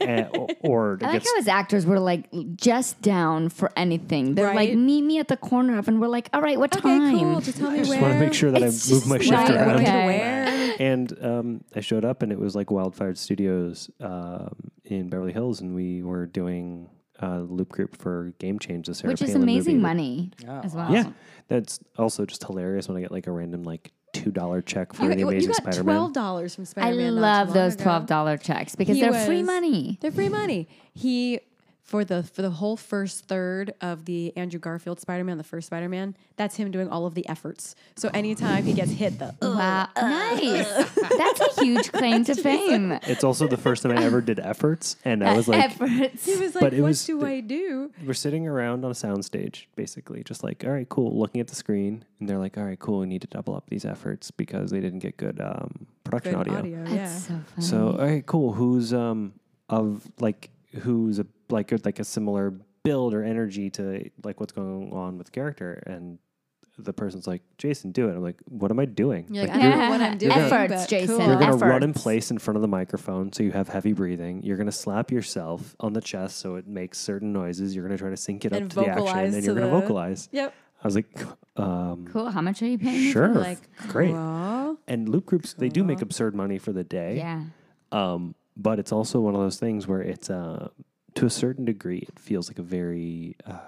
B: and- or it
D: I like
B: gets
D: how as actors we're like just down for anything. They're like,
A: Right.
D: meet me at the corner of, and we're like, all right, what
A: okay,
D: time?
A: cool. Just tell me
B: I just
A: where.
B: want to make sure that I
D: It's
B: move my
D: just
B: shift
D: like,
B: around.
D: okay.
B: And um, I showed up, and it was like Wildfire Studios um, in Beverly Hills, and we were doing uh, loop group for Game Change, the Sarah
D: Which is
B: Palin
D: amazing
B: movie.
D: money as well.
B: Yeah, that's also just hilarious when I get like a random like two dollar check for
A: You,
B: the
A: you
B: Amazing
A: got
B: Spider
A: twelve
B: Man.
A: dollars from Spider
D: I
A: Man.
D: love those twelve dollar checks because
A: He
D: they're free
A: was-
D: money.
A: They're free money. He for the for the whole first third of the Andrew Garfield Spider Man, the first Spider Man. That's him doing all of the efforts. So anytime he gets hit, the
D: Wow, nice. That's a huge claim to fame.
B: It's also the first time I ever did efforts, and I was like,
D: Efforts.
A: he was like,
B: But it
A: "What
B: was
A: do
B: the-
A: I do?"
B: we're sitting around on a soundstage, basically, just like, all right, cool, looking at the screen, and they're like, all right, cool, we need to double up these efforts because they didn't get good um, production
A: Good audio, yeah.
D: That's so funny.
B: So, uh, all right, cool. Who's um of like who's a like a, like a similar build or energy to like what's going on with the character and the person's like, Jason, do it. I'm like, what am I doing?
A: You're like,
B: Like,
A: I don't know what I'm doing.
D: Efforts,
A: but
D: Jason.
A: cool.
B: you're gonna run
D: efforts.
B: in place in front of the microphone so you have heavy breathing. You're gonna slap yourself on the chest so it makes certain noises. You're gonna try to sync it up
A: And
B: to the action
A: vocalize
B: and you're
A: to
B: gonna
A: the-
B: vocalize.
A: Yep.
B: I was like, um,
D: cool. How much are you paying? me?
B: sure,
A: Like,
B: great.
A: Well,
B: And loop groups, they do make absurd money for the day.
D: Yeah.
B: Um, but it's also one of those things where it's uh, to a certain degree, it feels like a very uh,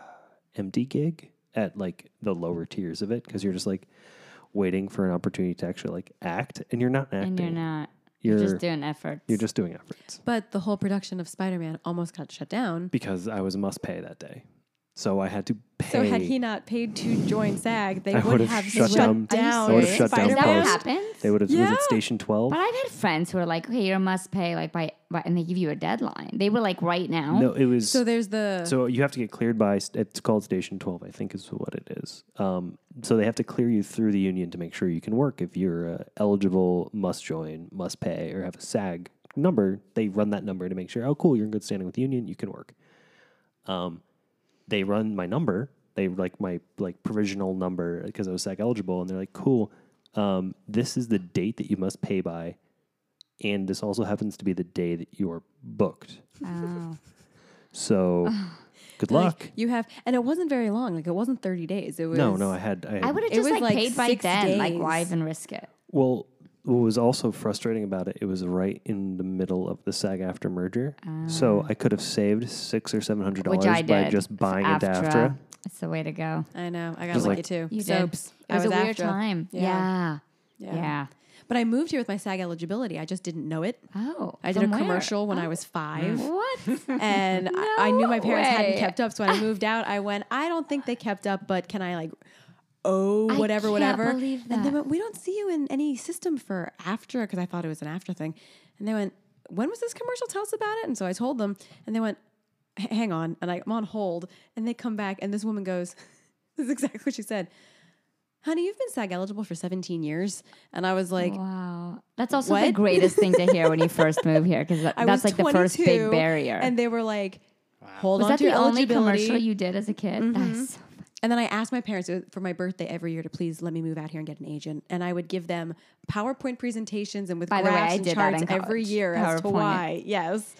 B: empty gig at like the lower tiers of it because you're just like, waiting for an opportunity to actually like act, and you're not acting.
D: and you're not.
B: You're,
D: You're, just doing efforts.
B: you're just doing efforts
A: But the whole production of Spider Man almost got shut down.
B: because I was a must pay that day, so I had to pay.
A: So had he not paid to join SAG, they
B: I
A: would have shut,
B: down.
A: down.
B: I would have
D: serious?
B: shut down.
D: Is that what
B: Post.
D: happens?
B: They would have. Was it Station Twelve?
D: But I've had friends who are like, "Hey, you must pay like by, by," and they give you a deadline. They were like, "Right now."
B: No, it was.
A: So
B: So,
A: there's the
B: you have to get cleared by. It's called Station Twelve, I think, is what it is. Um, so they have to clear you through the union to make sure you can work. If you're uh, eligible, must join, must pay, or have a SAG number, they run that number to make sure. Oh, cool, you're in good standing with the union. You can work. Um, they run my number. They like my like provisional number because I was SAG eligible, and they're like, cool. Um, this is the date that you must pay by, and this also happens to be the day that you are booked.
D: Oh.
B: So good
A: like,
B: luck.
A: you have, and it wasn't very long. Like it wasn't 30 days. It was
B: no, no, I had. I, had
D: I would have
A: It
D: just
A: was
D: like,
A: like
D: paid by
A: six
D: then. Like,
A: days.
D: why even risk it?
B: Well, what was also frustrating about it, it was right in the middle of the SAG after merger, so I could have saved six or seven hundred
D: Which
B: dollars
D: I did.
B: by just buying into AFTRA.
D: It's the way to go.
A: I know. I got
B: Just
A: lucky
B: like-
A: too.
D: You
A: so
D: did. It
A: I
D: was, a weird
A: after.
D: time.
A: Yeah.
D: Yeah. Yeah.
A: Yeah. But I moved here with my SAG eligibility. I just didn't know it.
D: Oh.
A: I did
D: from
A: a
D: where?
A: commercial when I
D: Oh.
A: was five.
D: What?
A: And I, I knew my parents hadn't
D: way.
A: kept up. So when I moved out, I went, I don't think they kept up, but can I like, oh,
D: I
A: whatever,
D: can't
A: whatever.
D: believe
A: And they
D: that.
A: went, we don't see you in any system for after, because I thought it was an after thing. And they went, when was this commercial? Tell us about it. And so I told them, and they went, "H- hang on. And I'm on hold. And they come back, and this woman goes, this is exactly what she said. Honey, you've been SAG eligible for 17 years. And I was like,
D: Oh. wow. That's also the
A: What?
D: greatest thing to hear when you first move here because
A: I was
D: that's like the first big
A: 22,
D: barrier.
A: And they were like, hold
D: was
A: on
D: that
A: to
D: the
A: your
D: only
A: eligibility. Mm-hmm.
D: commercial you did as a kid? That's
A: And then I asked my parents uh, for my birthday every year to please let me move out here and get an agent. And I would give them PowerPoint presentations and with
D: By the way,
A: graphs
D: I
A: and
D: did that
A: charts
D: in
A: every
D: college.
A: year as to
D: PowerPoint.
A: why. Yes.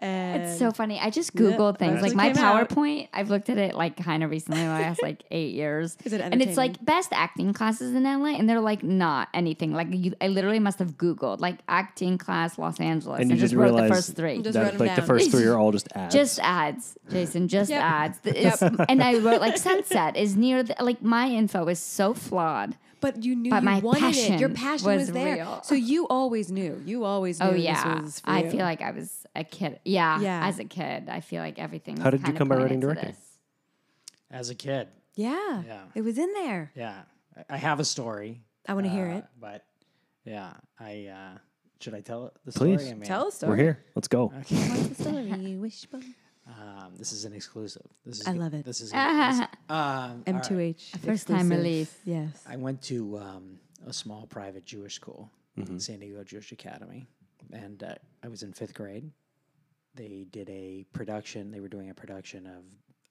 A: And
D: It's so funny. I just Google things.
A: that's
D: Like
A: what
D: my
A: came out.
D: PowerPoint, I've looked at it like kind of recently, the last like eight years.
A: Is it
D: and it's like best acting classes in LA, and they're like not anything. Like you, I literally must have Googled like acting class Los Angeles,
B: And
D: and,
B: you
D: just
B: just
D: wrote the
B: realize
D: first three.
A: Just wrote
B: that
A: 'em
B: like the
A: down.
B: first three are all just ads.
D: Just ads, Jason. Just ads. The- it's- And I wrote like sunset is near. The, like my info is so flawed.
A: but you knew
D: but
A: you
D: my
A: wanted it. Your
D: passion
A: passion
D: was
A: was, there.
D: real.
A: So you always knew. You always knew
D: Oh
A: this
D: yeah,
A: was for
D: I
A: you.
D: feel like I was a kid. Yeah,
A: Yeah.
D: as a kid, I feel like everything.
B: How
D: was
B: did you
D: kinda
B: come by
D: pointed
B: writing
D: to
B: directing?
D: this.
C: As a kid,
A: Yeah.
C: Yeah.
A: It was in there.
C: yeah, I- I have a story.
A: I want to hear
C: uh,
A: it.
C: But yeah, I uh, should I tell the story?
B: Please.
C: I mean,
A: Tell us
B: We're here. Let's go.
A: What's the story? you Wishbone.
C: Um, this is an exclusive. This is
A: I
C: g-
A: love it.
C: This is good. um, all right.
A: M2H.
D: First time
A: exclusive.
D: release.
A: Yes.
C: I went to um, a small private Jewish school, San Diego Jewish Academy, and uh, I was in fifth grade. They did a production. They were doing a production of,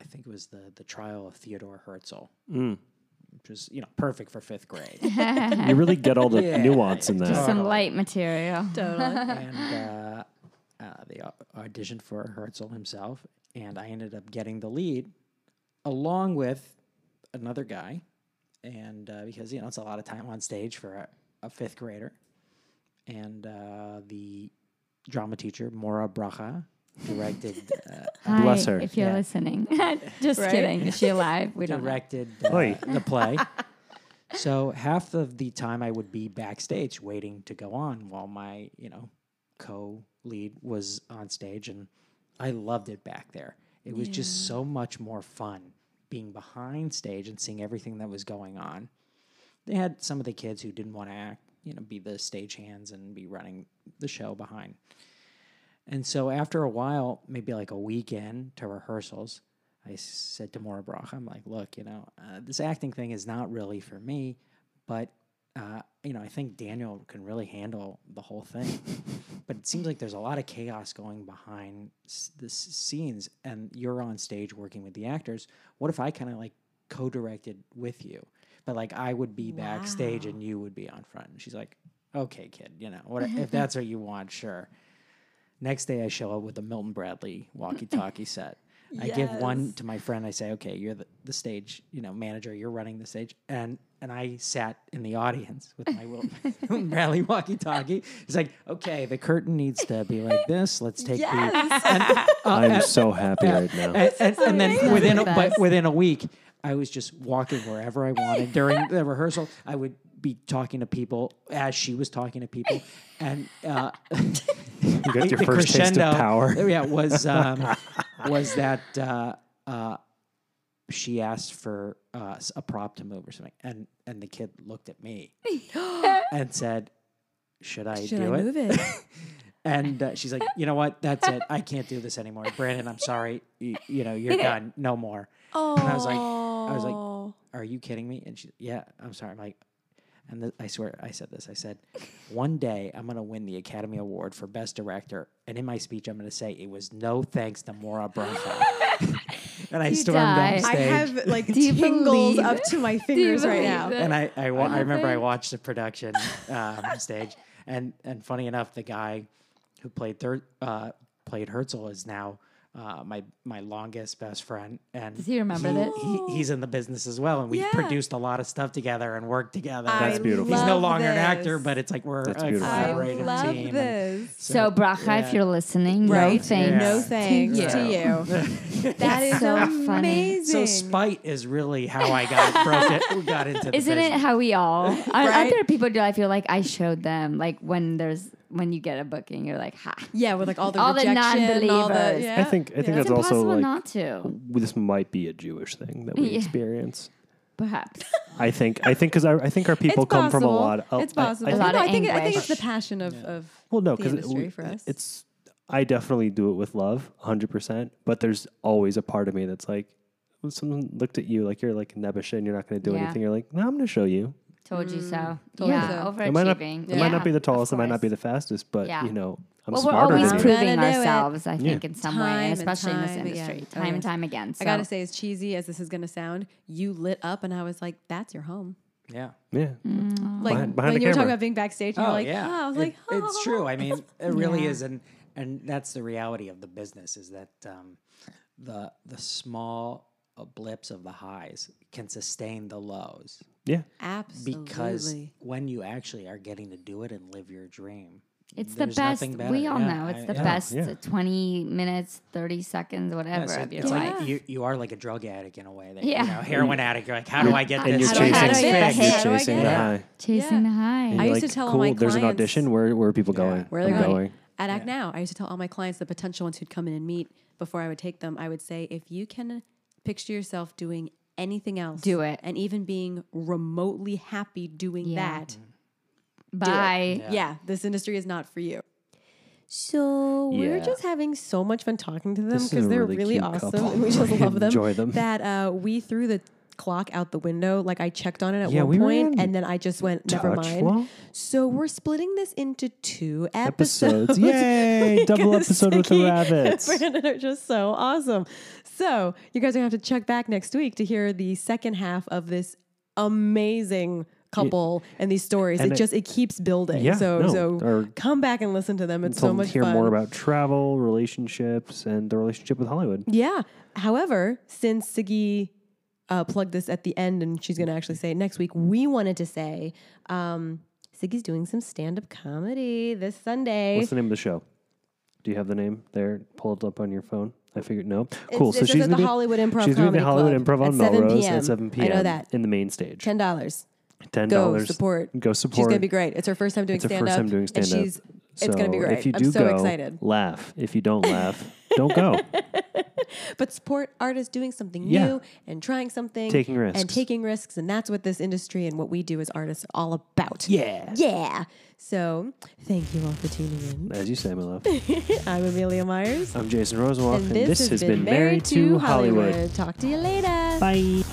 C: I think it was the the trial of Theodore Herzl,
B: Mm.
C: which was you know perfect for fifth grade.
B: You really get all the
C: Yeah.
B: nuance in
D: Just
B: that.
D: some light material.
A: Totally.
C: and uh, uh, they au- auditioned for Herzl himself, and I ended up getting the lead along with another guy, and uh, because you know it's a lot of time on stage for a, a fifth grader, and uh, the drama teacher Mora Bracha directed uh,
D: Hi,
B: Bless her.
D: If you're
C: Yeah.
D: listening, just kidding. Is she alive? We don't. know.
C: directed uh,
B: Oi.
C: the play. So half of the time I would be backstage waiting to go on while my, you know, co-lead was on stage and I loved it back there. It was just so much more fun being behind stage and seeing everything that was going on. They had some of the kids who didn't want to act, you know, be the stage hands and be running the show behind. And so after a while, maybe like a weekend to rehearsals, I said to Maura Brock, I'm like, look, you know, uh, this acting thing is not really for me, but, uh, you know, I think Daniel can really handle the whole thing. but it seems like there's a lot of chaos going behind s- the s- scenes, and you're on stage working with the actors. What if I kind of like co directed with you? But like I would be backstage and you would be on front. And she's like, okay, kid, you know, what, if that's what you want, sure. Next day, I show up with a Milton Bradley walkie-talkie set. I give one to my friend. I say, "Okay, you're the, the stage, you know, manager. You're running the stage." And and I sat in the audience with my Wil- Milton Bradley walkie-talkie. It's like, "Okay, the curtain needs to be like this. Let's take the."
B: I'm so happy right now.
C: Uh, And, and, and then within a,
D: That's the
C: but within a week, I was just walking wherever I wanted during the rehearsal. I would be talking to people as she was talking to people, and uh,
B: You got your
C: the
B: first taste
C: crescendo-
B: of power.
C: Yeah, was um, was that uh, uh, she asked for uh, s- a prop to move or something, and and the kid looked at me and said, "Should I
A: Should
C: do
A: I
C: it?"
A: move it?
C: And uh, she's like, "You know what? That's it. I can't do this anymore, Brandon. I'm sorry. You, you know, you're done. No more."
A: Oh,
C: And I was like, I was like, "Are you kidding me?" And she, "Yeah, I'm sorry." I'm like, and th- I swear, I said this. I said, "One day I'm gonna win the Academy Award for Best Director," and in my speech, I'm gonna say it was no thanks to Maura Bronfman. and I
D: You
C: stormed
D: die.
C: on
D: I
A: I
C: stage.
A: have like
D: Do you
A: tingles
D: believe
A: up
D: it?
A: to my
D: Do you
A: fingers right
D: believe
A: now.
D: it?
C: and I, I, wa- I remember I
D: Amazing.
C: watched the production um, stage, and and funny enough, the guy who played third uh, played Herzl is now uh, my my longest best friend, and
D: Does he remember
C: he,
D: this?
C: he- he's in the business as well, and we
A: Yeah.
C: produced a lot of stuff together and worked together.
B: That's
A: I
B: beautiful.
C: He's no
A: love
C: longer an actor,
A: this.
C: but it's like we're
B: That's
C: a
B: beautiful.
A: I
C: collaborative
A: love
C: team. and
A: this.
D: So, Bracha,
C: yeah.
D: if you're listening,
A: Right?
D: no thanks.
A: No
C: Yeah.
A: thanks
D: to you.
A: That is
D: so funny.
A: amazing.
C: So spite is really how I got broke it, got into the
D: Isn't it
C: business.
D: how we all? I- I,
A: Right?
D: there are people do. I feel like I showed them. Like when there's when you get a booking, you're like, ha.
A: yeah, with like all the
D: All the
A: rejection, all the
D: non-believers.
A: yeah.
B: I think I think
D: It's
B: that's also
D: impossible
B: like
D: not to.
B: this might be a Jewish thing that we
D: Yeah.
B: experience.
D: Perhaps.
B: I think I think because I, I think our people
A: it's
B: come
A: possible.
B: from a lot. Of,
A: it's
B: I- I
A: possible.
B: think-
D: A lot
A: no,
D: of
A: I think I think it's the
D: anguish.
A: passion of, of
B: well, no,
A: the
B: because
A: industry for us.
B: it's I definitely do it with love, hundred percent. But there's always a part of me that's like, when someone looked at you like you're like Nebuchadnezzar and you're not going to do
D: Yeah.
B: anything. You're like, no, I'm going to show you.
D: Told you so.
A: Mm, told you
D: yeah,
A: so.
D: overachieving.
B: It might not, it
D: yeah,
B: might not be the
D: of
B: tallest. It might not
D: course.
B: be the fastest. But
D: Yeah.
B: you know, I'm
D: well, we're
B: smarter
D: always
B: than you.
D: proving
A: Gonna do it.
D: ourselves, I think, in some
A: Time
D: way,
A: and
D: especially in this
A: time
D: industry,
A: again. Oh,
D: time and
A: yes.
D: time again. So
A: I gotta say, as cheesy as this is gonna sound, you lit up, and I was like, "That's your home."
C: Yeah.
B: Yeah,
D: Mm. Oh.
A: Like
B: Behind-
A: when
B: behind the
A: you were talking
B: camera.
A: about being backstage, and you're like, "Yeah," I was
C: Oh, It-
A: like,
C: it's true. I mean, it really
D: Yeah.
C: is, and and that's the reality of the business is that um, the the small uh, blips of the highs can sustain the lows
B: yeah.
A: Absolutely.
C: because when you actually are getting to do it and live your dream,
D: it's the
C: there's
D: best.
C: nothing
D: We
C: better.
D: all
C: Yeah,
D: know it's
C: I-
D: the
C: yeah.
D: best
B: Yeah.
D: 20 minutes, 30 seconds,
C: Yeah,
D: whatever
C: so
D: of your
C: it's
D: life.
C: like you, you are like a drug addict in a way that
D: Yeah.
C: you know, heroin addict. You're like, how do I get
B: And
C: this?
B: you're
D: do I-
B: chasing,
D: how do I get
B: the
D: the hit?
B: you're
D: How do I
B: chasing
C: get
B: the
C: it?
B: high.
D: Chasing the high.
B: And
A: I
B: you're
A: used to
B: like,
A: tell all
B: cool,
A: my
B: There's an
A: clients-
B: audition. Where where are people
C: Yeah.
B: going?
A: Where
B: I'm
A: they're
B: going.
A: going. At Act Now, I used to tell all my clients the potential ones who'd come in and meet before I would take them. I would say, if you can picture yourself doing anything else,
D: Do it.
A: and even being remotely happy doing
D: Yeah.
A: that.
B: Mm-hmm.
D: Bye.
A: Yeah. this industry is not for you.
E: So we're
B: Yeah.
E: just having so much fun talking to them
B: This is
E: because
B: a
E: they're
B: really
E: really,
B: cute
E: awesome
B: couple.
E: and we just
B: I
E: love them.
B: enjoy them.
E: That uh, we threw the clock out the window. Like I checked on it at
B: Yeah,
E: one
B: we were
E: point,
B: in
E: and then I just went, never
B: touch
E: mind.
B: law?
E: So we're splitting this into two episodes.
B: Episodes. Yay! Double
E: Because
B: episode with the
E: Vicky
B: rabbits.
E: and Brandon are just so awesome. So you guys are gonna have to check back next week to hear the second half of this amazing couple and these stories.
B: and
E: it,
B: it-
E: just it keeps building.
B: Yeah,
E: so
B: no,
E: so
B: or-
E: come back and listen to them. It's so
B: to
E: much
B: hear
E: fun.
B: more about travel, relationships, and the relationship with Hollywood.
E: yeah. However, since Siggy uh, plugged this at the end and she's gonna actually say it next week, we wanted to say um, Siggy's doing some stand-up comedy this Sunday.
B: What's the name of the show? Do you have the name there pulled up on your phone? I figured no. Cool.
E: it
B: so
E: says
B: she's
E: at
B: gonna
E: the
B: do-
E: Hollywood Improv
B: She's doing the
E: Comedy
B: Hollywood
E: Club
B: Improv on
E: at 7
B: Melrose
E: p.m.
B: at 7
E: I know
B: p.m.
E: that.
B: in the main stage.
E: Ten dollars.
B: Ten
E: Go
B: dollars.
E: support.
B: Go support.
E: She's gonna be great. It's her first time doing
B: It's her
E: stand
B: first
E: up.
B: time doing stand up.
E: And she's it's gonna be great.
B: If you do
E: I'm so
B: go,
E: excited.
B: laugh. If you don't laugh, don't go.
E: But support artists doing something
B: Yeah.
E: new and trying something
B: Taking risks.
E: And taking risks. And that's what this industry and what we do as artists are all about.
C: Yeah.
E: Yeah. So thank you all for tuning in.
B: As you say, my love.
E: I'm Amelia Myers.
B: I'm Jason Rosenwald, and, this, has been
E: Married to
B: Hollywood.
E: Talk to you later.
B: Bye.